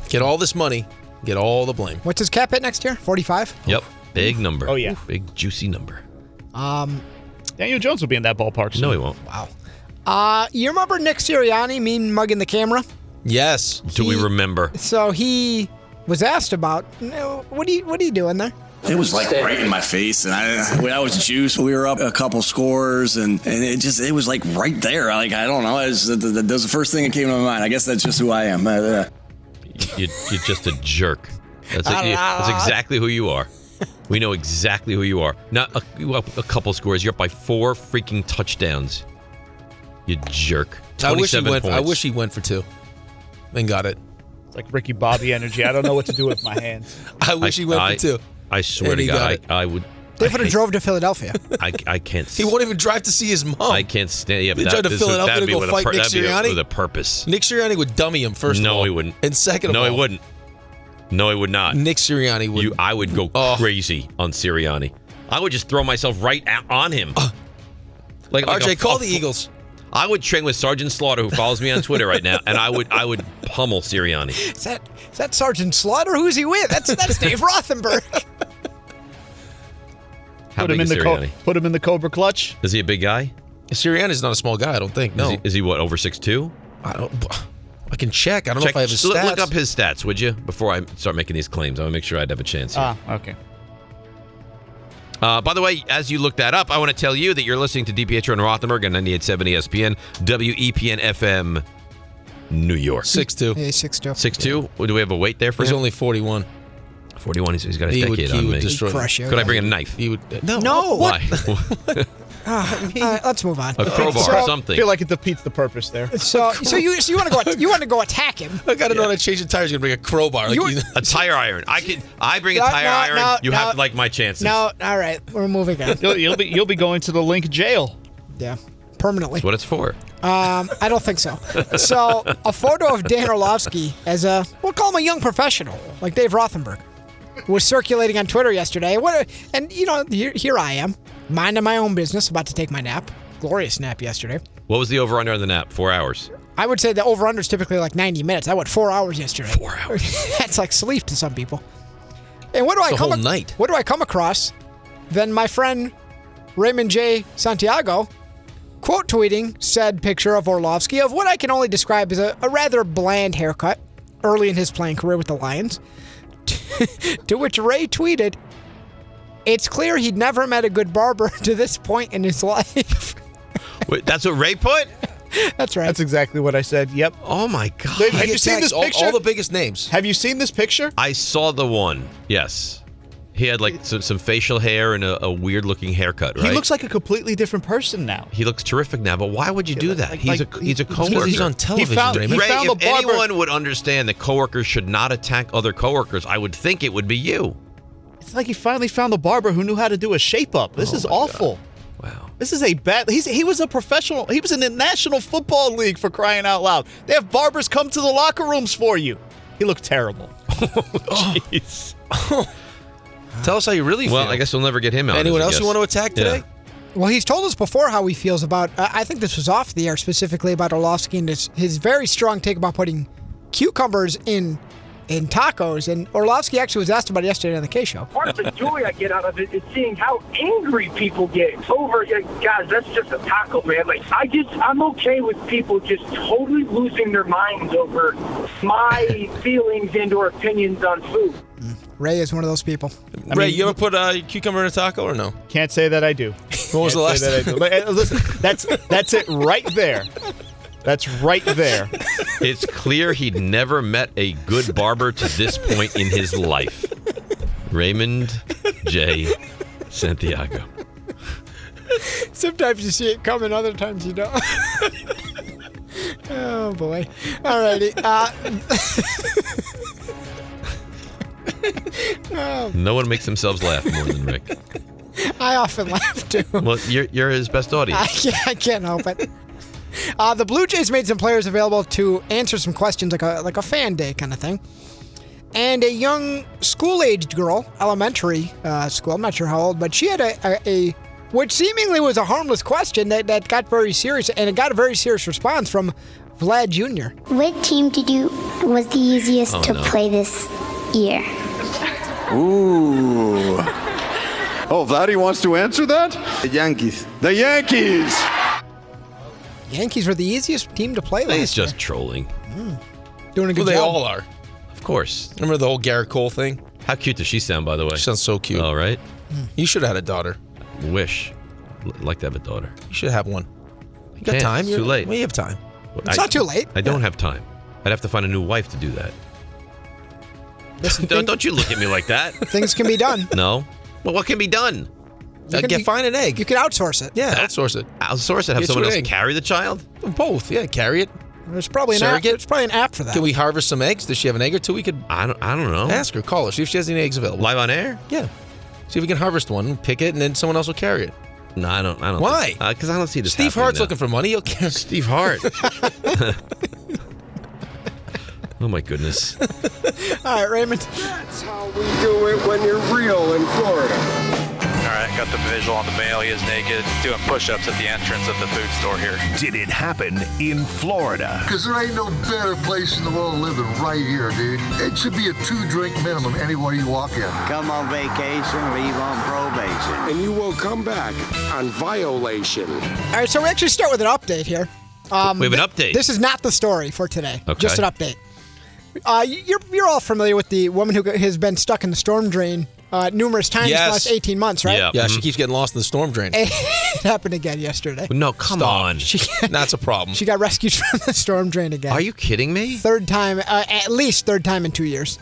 Speaker 4: Get all this money, get all the blame.
Speaker 5: What's his cap hit next year? Forty-five.
Speaker 2: Yep, big number.
Speaker 6: Oh, yeah.
Speaker 2: big juicy number.
Speaker 5: Um,
Speaker 6: Daniel Jones will be in that ballpark.
Speaker 2: No, he won't.
Speaker 5: Wow. uh, you remember Nick Sirianni mean mugging the camera?
Speaker 4: Yes.
Speaker 2: Do we remember?
Speaker 5: So he was asked about "No, what are you what are you doing there?
Speaker 19: It was like right in my face, and I when I was juiced, we were up a couple scores, and, and it just it was like right there. Like I don't know, I was, that, that, that was the first thing that came to my mind. I guess that's just who I am. Uh, uh,
Speaker 2: You, you're just a jerk. That's, it. You- that's exactly who you are. We know exactly who you are. Not a, well, a couple scores. You're up by four freaking touchdowns. You jerk.
Speaker 4: I wish he
Speaker 2: 27
Speaker 4: went. I
Speaker 2: points.
Speaker 4: wish he went for two, and got it.
Speaker 6: It's like Ricky Bobby energy. I don't know what to do with my hands.
Speaker 4: I wish he went
Speaker 2: I-
Speaker 4: for two.
Speaker 2: I swear
Speaker 4: And
Speaker 2: to
Speaker 4: he got
Speaker 2: God,
Speaker 4: it.
Speaker 2: I, I would.
Speaker 5: They would have drove to Philadelphia.
Speaker 2: I, I can't.
Speaker 4: He won't even drive to see his mom.
Speaker 2: I can't stand. Yeah, but
Speaker 4: They
Speaker 2: that,
Speaker 4: tried to
Speaker 2: this
Speaker 4: fill
Speaker 2: would-
Speaker 4: it up
Speaker 2: that'd
Speaker 4: and
Speaker 2: be
Speaker 4: go
Speaker 2: with
Speaker 4: fight
Speaker 2: a, pur-
Speaker 4: Nick
Speaker 2: that'd be
Speaker 4: Sirianni?
Speaker 2: with a purpose.
Speaker 4: Nick Sirianni would dummy him first. of
Speaker 2: no,
Speaker 4: all.
Speaker 2: he wouldn't.
Speaker 4: And second of
Speaker 2: no,
Speaker 4: all,
Speaker 2: he wouldn't. No, he would not.
Speaker 4: Nick Sirianni would. Oh.
Speaker 2: You, I would go crazy on Sirianni. I would just throw myself right at, on him. like
Speaker 4: RJ, Uh. call the
Speaker 2: Eagles. I would train with Sergeant Slaughter, who follows me on Twitter right now, and I would I would pummel Sirianni.
Speaker 5: Is that is that Sergeant Slaughter? Who's he with? That's that's Dave Rothenberg.
Speaker 2: How
Speaker 6: put him
Speaker 2: big
Speaker 6: in
Speaker 2: is
Speaker 6: the co-
Speaker 2: Sirianni?
Speaker 6: put him in the Cobra clutch.
Speaker 2: Is he a big guy?
Speaker 4: Sirianni's not a small guy. I don't think. No.
Speaker 2: Is, he, is he what over six two?
Speaker 4: I don't. I can check. I don't know if I have his
Speaker 2: look,
Speaker 4: stats.
Speaker 2: look up his stats, would you? Before I start making these claims, I want to make sure I'd have a chance. here.
Speaker 6: Ah, okay.
Speaker 2: Uh, by the way, as you look that up, I want to tell you that you're listening to DPH and Rothenberg on 98.7 ESPN, WEPN FM, New York.
Speaker 4: Six two.
Speaker 5: Yeah, six two.
Speaker 2: Six two. Do we have a weight there for
Speaker 4: He's
Speaker 2: him?
Speaker 4: only forty-one.
Speaker 2: Forty-one. He's, he's got a
Speaker 4: He would-
Speaker 2: decade
Speaker 4: he
Speaker 2: on
Speaker 4: would
Speaker 2: me.
Speaker 4: destroy He'd crush you.
Speaker 2: Could I bring a knife?
Speaker 4: He would.
Speaker 5: No. No.
Speaker 2: Why?
Speaker 5: Ah, all right, let's move on.
Speaker 2: A crowbar,
Speaker 5: So-
Speaker 2: something.
Speaker 6: I feel like it defeats the purpose there.
Speaker 5: So, so you so you want to go you want to go attack him?
Speaker 4: I gotta know how to change the tires. Gonna bring a crowbar. Like you-
Speaker 2: a tire iron. I could. I bring a
Speaker 5: No,
Speaker 2: tire
Speaker 5: no,
Speaker 2: iron.
Speaker 5: no,
Speaker 2: you have
Speaker 5: no.
Speaker 2: to like my chances.
Speaker 5: No, all right, we're moving on.
Speaker 6: You'll, you'll be you'll be going to the link jail.
Speaker 5: Yeah, permanently.
Speaker 2: That's what it's for.
Speaker 5: Um, I don't think so. So, a photo of Dan Orlovsky as a, we'll call him a young professional, like Dave Rothenberg, was circulating on Twitter yesterday. What? A, and you know, here, here I am, minding my own business, about to take my nap. Glorious nap yesterday.
Speaker 2: What was the over under on the nap? Four hours.
Speaker 5: I would say the over under is typically like 90 minutes. I went four hours yesterday. Four hours. That's like sleep to some people. And what do
Speaker 4: It's
Speaker 5: I
Speaker 4: a
Speaker 5: come
Speaker 4: whole night.
Speaker 5: What do I come across? Then my friend Raymond J. Santiago quote tweeting said picture of Orlovsky of what I can only describe as a, a rather bland haircut early in his playing career with the Lions. to which Ray tweeted, It's clear he'd never met a good barber to this point in his life.
Speaker 2: Wait, that's what Ray put.
Speaker 5: That's right.
Speaker 6: That's exactly what I said. Yep.
Speaker 2: Oh my god.
Speaker 6: Have you seen this picture?
Speaker 4: biggest names.
Speaker 6: Have you seen this picture?
Speaker 2: I saw the one. Yes. He had like some, some facial hair and a, a weird looking haircut, right?
Speaker 6: He looks like a completely different person now.
Speaker 2: He looks terrific now, but why would you do that? he's
Speaker 6: like-
Speaker 2: a he's a
Speaker 6: he-
Speaker 2: coworker.
Speaker 6: he's on He television, found- Raymond. he
Speaker 2: Ray,
Speaker 6: found
Speaker 2: if
Speaker 6: a barber-
Speaker 2: anyone would understand that coworkers should not attack other coworkers, I would think it would be you.
Speaker 6: It's like he finally found the barber who knew how to do a shape up.
Speaker 5: Oh
Speaker 6: This is awful. Wow. This is a bad. He's he was a professional. He was in the National Football League for crying out loud. They have barbers come to the locker rooms for you. He looked terrible.
Speaker 2: Jeez. Tell us how you really Well,
Speaker 5: feel.
Speaker 2: I guess we'll never get him out.
Speaker 5: Anyone
Speaker 2: as a
Speaker 5: else you
Speaker 2: guest.
Speaker 5: want to attack
Speaker 2: Yeah.
Speaker 5: today? Well, he's told us before how he feels about. Uh, I think this was off the air specifically about Orlovsky and his, his very strong take about putting cucumbers in in tacos. And Orlovsky actually was asked about it yesterday on the K show.
Speaker 14: Part of the joy I get out of it is seeing how angry people get over. Like, guys, that's just a taco, man. Like I just, I'm okay with people just totally losing their minds over my feelings and or opinions on food.
Speaker 5: Ray is one of those people.
Speaker 6: Ray,
Speaker 5: you
Speaker 6: ever put a cucumber in a taco or no? Can't say that I do. When
Speaker 5: was the last
Speaker 6: That I do. But, uh, listen, that's that's it right there. That's right there.
Speaker 2: It's clear he'd never met a good barber to this point in his life. Raymond J. Santiago.
Speaker 5: Sometimes you see it coming, other times you don't. oh boy! All righty. Uh, oh,
Speaker 2: No one makes themselves laugh more than Rick.
Speaker 5: I often laugh too.
Speaker 2: Well, you're, you're his best
Speaker 5: I
Speaker 2: audience.
Speaker 5: can't, I can't help it. Uh, the Blue Jays made some players available to answer some questions, like a like a fan day kind of thing. And a young school-aged girl, elementary uh, school, I'm not sure how old, but she had a, a, a which seemingly was a harmless question that, that got very serious, and it got a very serious response from Vlad Jr.
Speaker 20: What team did you was the easiest Oh, to no. play this year?
Speaker 19: uh.
Speaker 8: Ooh. Oh, Vladdy wants to answer that? The Yankees. The Yankees!
Speaker 5: Yankees were the easiest team to play last
Speaker 2: He's just trolling.
Speaker 5: Doing a good
Speaker 2: Well, they
Speaker 5: job.
Speaker 2: all are. Of course. Remember the whole Garrett Cole thing? How cute does she sound, by the way? She sounds so cute. All right. You should have had a daughter. Wish. L- like to have a daughter.
Speaker 4: You should have one. You got
Speaker 2: Can't.
Speaker 4: time.
Speaker 2: It's
Speaker 4: You're-
Speaker 2: too late.
Speaker 4: We have time.
Speaker 5: It's not too late.
Speaker 2: I don't have time. I'd have to find a new wife to do that. don't, don't you look at me like that.
Speaker 5: Things can be done.
Speaker 2: no. Well, what can be done?
Speaker 5: You can be-
Speaker 4: find an egg.
Speaker 5: You can outsource it.
Speaker 4: Yeah, outsource it.
Speaker 2: Outsource it? Have
Speaker 4: Get
Speaker 2: someone
Speaker 4: you an
Speaker 2: else
Speaker 4: egg.
Speaker 2: carry the child?
Speaker 4: Both. Yeah, carry it.
Speaker 5: There's probably an app.
Speaker 4: Surrogate?
Speaker 5: There's probably an app for that.
Speaker 4: Can we harvest some eggs? Does she have an egg or two? We could
Speaker 2: I don't, I don't know.
Speaker 4: ask her, call her, see if she has any eggs available.
Speaker 2: Live on air?
Speaker 4: Yeah. See if we can harvest one, pick it, and then someone else will carry it.
Speaker 2: No, I don't. I don't.
Speaker 4: Why?
Speaker 2: Because uh, I don't see this.
Speaker 4: Steve
Speaker 2: happening
Speaker 4: Hart's
Speaker 2: now.
Speaker 4: looking for money. He'll carry
Speaker 2: Steve Hart. oh my goodness.
Speaker 5: All right, Raymond.
Speaker 21: That's how we do it when you're real in Florida.
Speaker 17: All right, got the visual on the male. He is naked, doing push-ups at the entrance of the food store here.
Speaker 1: Did it happen in Florida?
Speaker 22: Because there ain't no better place in the world to live than right here, dude. It should be a two drink minimum anywhere you walk in. Come on vacation, leave on probation.
Speaker 21: And you will come back on violation.
Speaker 5: All right, so we actually start with an update here. Um,
Speaker 21: We have an
Speaker 5: th-
Speaker 21: update.
Speaker 5: This is not the story for today.
Speaker 21: Okay.
Speaker 5: Just an update. Uh, you're you're all familiar with the woman who g- has been stuck in the storm drain uh, numerous times in the
Speaker 4: Yes.
Speaker 5: last 18 months, right?
Speaker 4: Yeah, Mm-hmm. she keeps getting lost in the storm drain.
Speaker 5: it happened again yesterday.
Speaker 4: No, come on. That's a problem.
Speaker 5: She got rescued from the storm drain again.
Speaker 4: Are you kidding me?
Speaker 5: Third time, uh, at least third time in two years.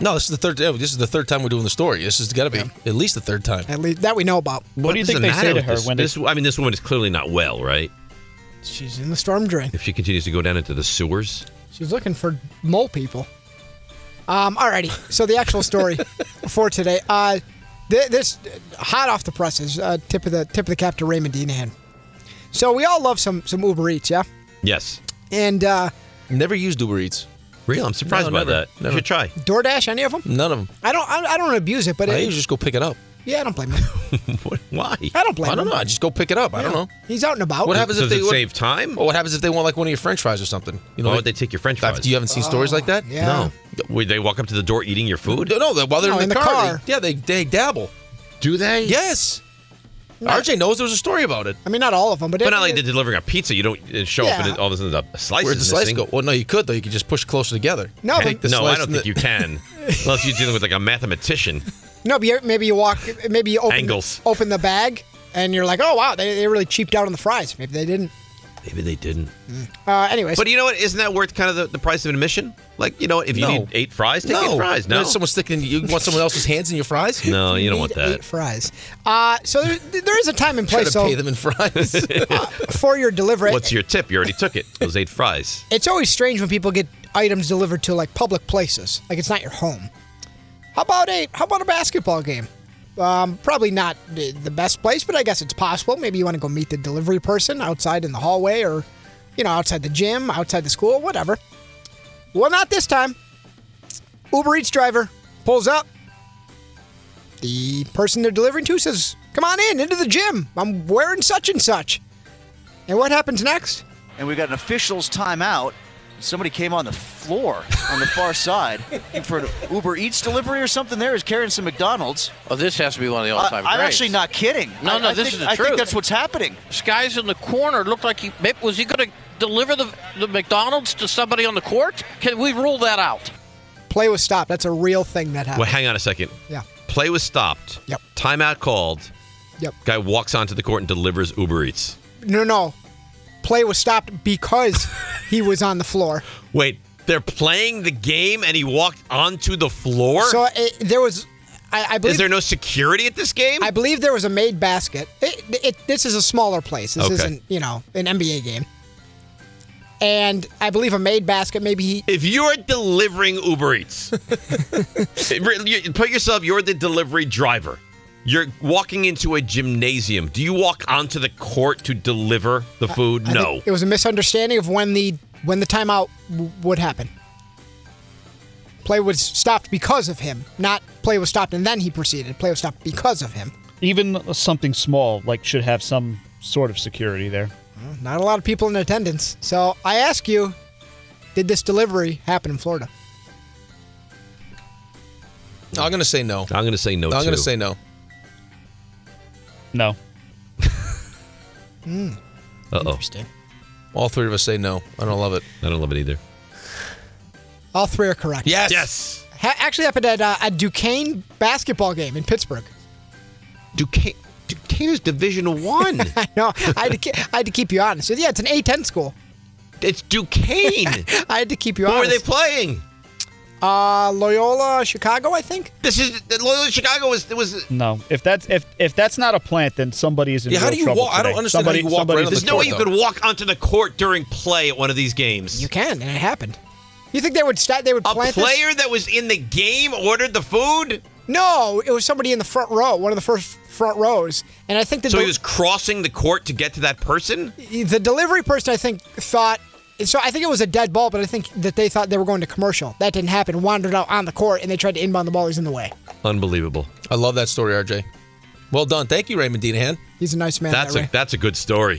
Speaker 4: No, this is the third. oh, This is the third time we're doing the story. This has got to be at least the third time.
Speaker 5: At least that we know about.
Speaker 2: does it matter with this, this? I mean, this woman is clearly not well, right?
Speaker 5: she's in the storm drain?
Speaker 2: If she continues to go down into the sewers,
Speaker 5: She's looking for mole people. Um, alrighty. So the actual story for today. Uh, th- this hot off the presses. Uh, tip of the tip of the cap to Raymond Deanahan. So we all love some some Uber Eats, yeah.
Speaker 2: yes.
Speaker 5: And uh,
Speaker 4: Never used Uber Eats.
Speaker 2: Really, I'm surprised by that. You should try.
Speaker 5: DoorDash, any of them?
Speaker 4: None of them.
Speaker 5: I don't I, I don't abuse it, but
Speaker 4: I
Speaker 5: it,
Speaker 4: usually just go pick it up.
Speaker 5: yeah, I don't blame him.
Speaker 2: Why?
Speaker 5: I don't blame
Speaker 4: I don't
Speaker 5: him.
Speaker 4: know. I just go pick it up. I don't know.
Speaker 5: He's out and about.
Speaker 4: What happens if they what-
Speaker 2: time?
Speaker 4: Or what happens if they want like one of your French fries or something? You know,
Speaker 2: Why
Speaker 4: like,
Speaker 2: would they take your French
Speaker 4: I've-
Speaker 2: fries?
Speaker 4: You haven't seen stories like that?
Speaker 2: No. Would they walk up to the door eating your food?
Speaker 4: No, no. While they're
Speaker 2: No,
Speaker 4: in, the, car,
Speaker 2: car.
Speaker 4: They, yeah, they they dabble.
Speaker 2: Do they?
Speaker 4: Yes. RJ knows there was a story about it.
Speaker 5: I mean, not all of them, but,
Speaker 2: But
Speaker 5: it-
Speaker 2: not like
Speaker 5: it-
Speaker 2: they're delivering a pizza. You don't uh, show up
Speaker 5: Yeah.
Speaker 2: and it- all of a sudden the slice
Speaker 4: Where'd
Speaker 2: is
Speaker 4: the slice
Speaker 2: missing.
Speaker 4: go? Well, no, you could though. You could just push closer together.
Speaker 5: No,
Speaker 4: Take
Speaker 5: but-
Speaker 4: the
Speaker 2: No,
Speaker 4: slice
Speaker 2: I don't
Speaker 4: and the-
Speaker 2: think you can. Unless you're dealing with like a mathematician.
Speaker 5: no, but you, maybe you walk, maybe you open
Speaker 2: Angles.
Speaker 5: open the bag, and you're like, oh wow, they, they really cheaped out on the fries. Maybe they didn't.
Speaker 2: Maybe they didn't.
Speaker 5: Uh, anyways,
Speaker 2: But you know what? Isn't that worth kind of the, the price of admission? Like, you know what? If you
Speaker 4: No.
Speaker 2: need eight fries, take eight fries. No.
Speaker 4: Let someone sticking. You want someone else's hands in your fries?
Speaker 2: No, you don't want
Speaker 4: Need
Speaker 2: that.
Speaker 5: eight fries. Uh, so there, there is a time and place.
Speaker 4: Try to
Speaker 5: so
Speaker 4: pay them in fries.
Speaker 5: for your delivery,
Speaker 2: What's your tip? You already took it. Those eight fries.
Speaker 5: it's always strange when people get items delivered to like public places. Like it's not your home. How about a how about a basketball game? Um, probably not the the best place, but I guess it's possible. Maybe you want to go meet the delivery person outside in the hallway, or you know, outside the gym, outside the school, whatever. Well, not this time. Uber Eats driver pulls up. The person they're delivering to says, "Come on in, into the gym. I'm wearing such and such." And what happens next?
Speaker 23: and we got an official's timeout. Somebody came on the floor on the far side looking for an Uber Eats delivery or something. There is carrying some McDonald's.
Speaker 7: Oh, this has to be one of the
Speaker 23: I,
Speaker 7: all-time
Speaker 23: am
Speaker 7: greats.
Speaker 23: actually not kidding.
Speaker 7: No,
Speaker 23: I-
Speaker 7: no,
Speaker 23: I
Speaker 7: this
Speaker 23: think,
Speaker 7: is the
Speaker 23: I
Speaker 7: truth.
Speaker 23: think that's what's happening.
Speaker 7: This guy's in the corner. Looked like he maybe, was he going to deliver the, the McDonald's to somebody on the court? Can we rule that out?
Speaker 5: Play was stopped. That's a real thing that
Speaker 2: Well,
Speaker 5: happened.
Speaker 2: hang on a second.
Speaker 5: Yeah.
Speaker 2: Play was stopped.
Speaker 5: Yep.
Speaker 2: Timeout called.
Speaker 5: Yep.
Speaker 2: Guy walks onto the court and delivers Uber Eats.
Speaker 5: No, no. Play was stopped because he was on the floor.
Speaker 2: Wait, they're playing the game and he walked onto the floor?
Speaker 5: so it, there was, I, I believe.
Speaker 2: Is there no security at this game?
Speaker 5: I believe there was a made basket. It, it, this is a smaller place. This
Speaker 2: Okay.
Speaker 5: isn't, you know, an NBA game. And I believe a made basket. Maybe he.
Speaker 2: If you're delivering Uber Eats, it re- you- put yourself, you're the delivery driver. You're walking into a gymnasium. Do you walk onto the court to deliver the food?
Speaker 5: I think
Speaker 2: no.
Speaker 5: It was a misunderstanding of when the when the timeout w- would happen. Play was stopped because of him. Not play was stopped and then he proceeded. Play was stopped because of him.
Speaker 8: Even something small like should have some sort of security there.
Speaker 5: Not a lot of people in attendance. So I ask you, did this delivery happen in Florida?
Speaker 2: I'm going to say no. I'm going to say no.
Speaker 4: I'm gonna
Speaker 2: too.
Speaker 4: say no.
Speaker 8: No.
Speaker 2: Uh oh.
Speaker 5: Interesting.
Speaker 4: All three of us say no. I don't love it.
Speaker 2: I don't love it either.
Speaker 5: All three are correct.
Speaker 4: Yes. Yes.
Speaker 5: Ha- actually happened at uh, a Duquesne basketball game in Pittsburgh.
Speaker 2: Duquesne, Duquesne is Division One.
Speaker 5: I know. I had, to ke- I had to keep you honest. Yeah, it's an A10 school.
Speaker 2: It's Duquesne.
Speaker 5: I had to keep you
Speaker 2: Who
Speaker 5: honest.
Speaker 2: are they playing?
Speaker 5: Uh, Loyola, Chicago, I think.
Speaker 2: This is Loyola Chicago was was
Speaker 8: No. If that's if if that's not a plant, then somebody is in
Speaker 2: Yeah, how
Speaker 8: real
Speaker 2: do you
Speaker 8: trouble
Speaker 2: walk- I don't
Speaker 8: today.
Speaker 2: understand how
Speaker 8: Somebody-
Speaker 2: you walk
Speaker 8: somebody's
Speaker 2: There's
Speaker 8: in
Speaker 2: no way you
Speaker 8: trouble.
Speaker 2: could walk onto the court during play at one of these games. You
Speaker 5: can, and it happened. You think they would start? They would
Speaker 2: A
Speaker 5: plant this?
Speaker 2: player that was in the game ordered the food,
Speaker 5: No, it was somebody in the front row, one of the first front rows, and I think the
Speaker 2: so he
Speaker 5: del-
Speaker 2: was crossing the court to get to that person.
Speaker 5: the delivery person I think thought so I think it was a dead ball, but I think that they thought they were going to commercial. That didn't happen. Wandered out on the court and they tried to inbound the ball. He's in the way.
Speaker 2: Unbelievable.
Speaker 4: I love that story, RJ. Well done. Thank you, Raymond Deanahan.
Speaker 5: He's a nice man.
Speaker 2: That's a that's a good story.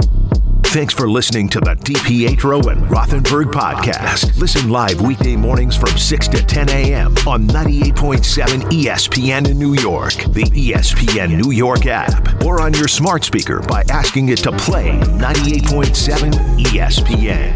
Speaker 1: Thanks for listening to the DPetro and Rothenberg podcast. Listen live weekday mornings from 6 to 10 a.m. on 98.7 ESPN in New York, the E ESPN New York app, E or on your smart speaker by asking it to play 98.7 ESPN.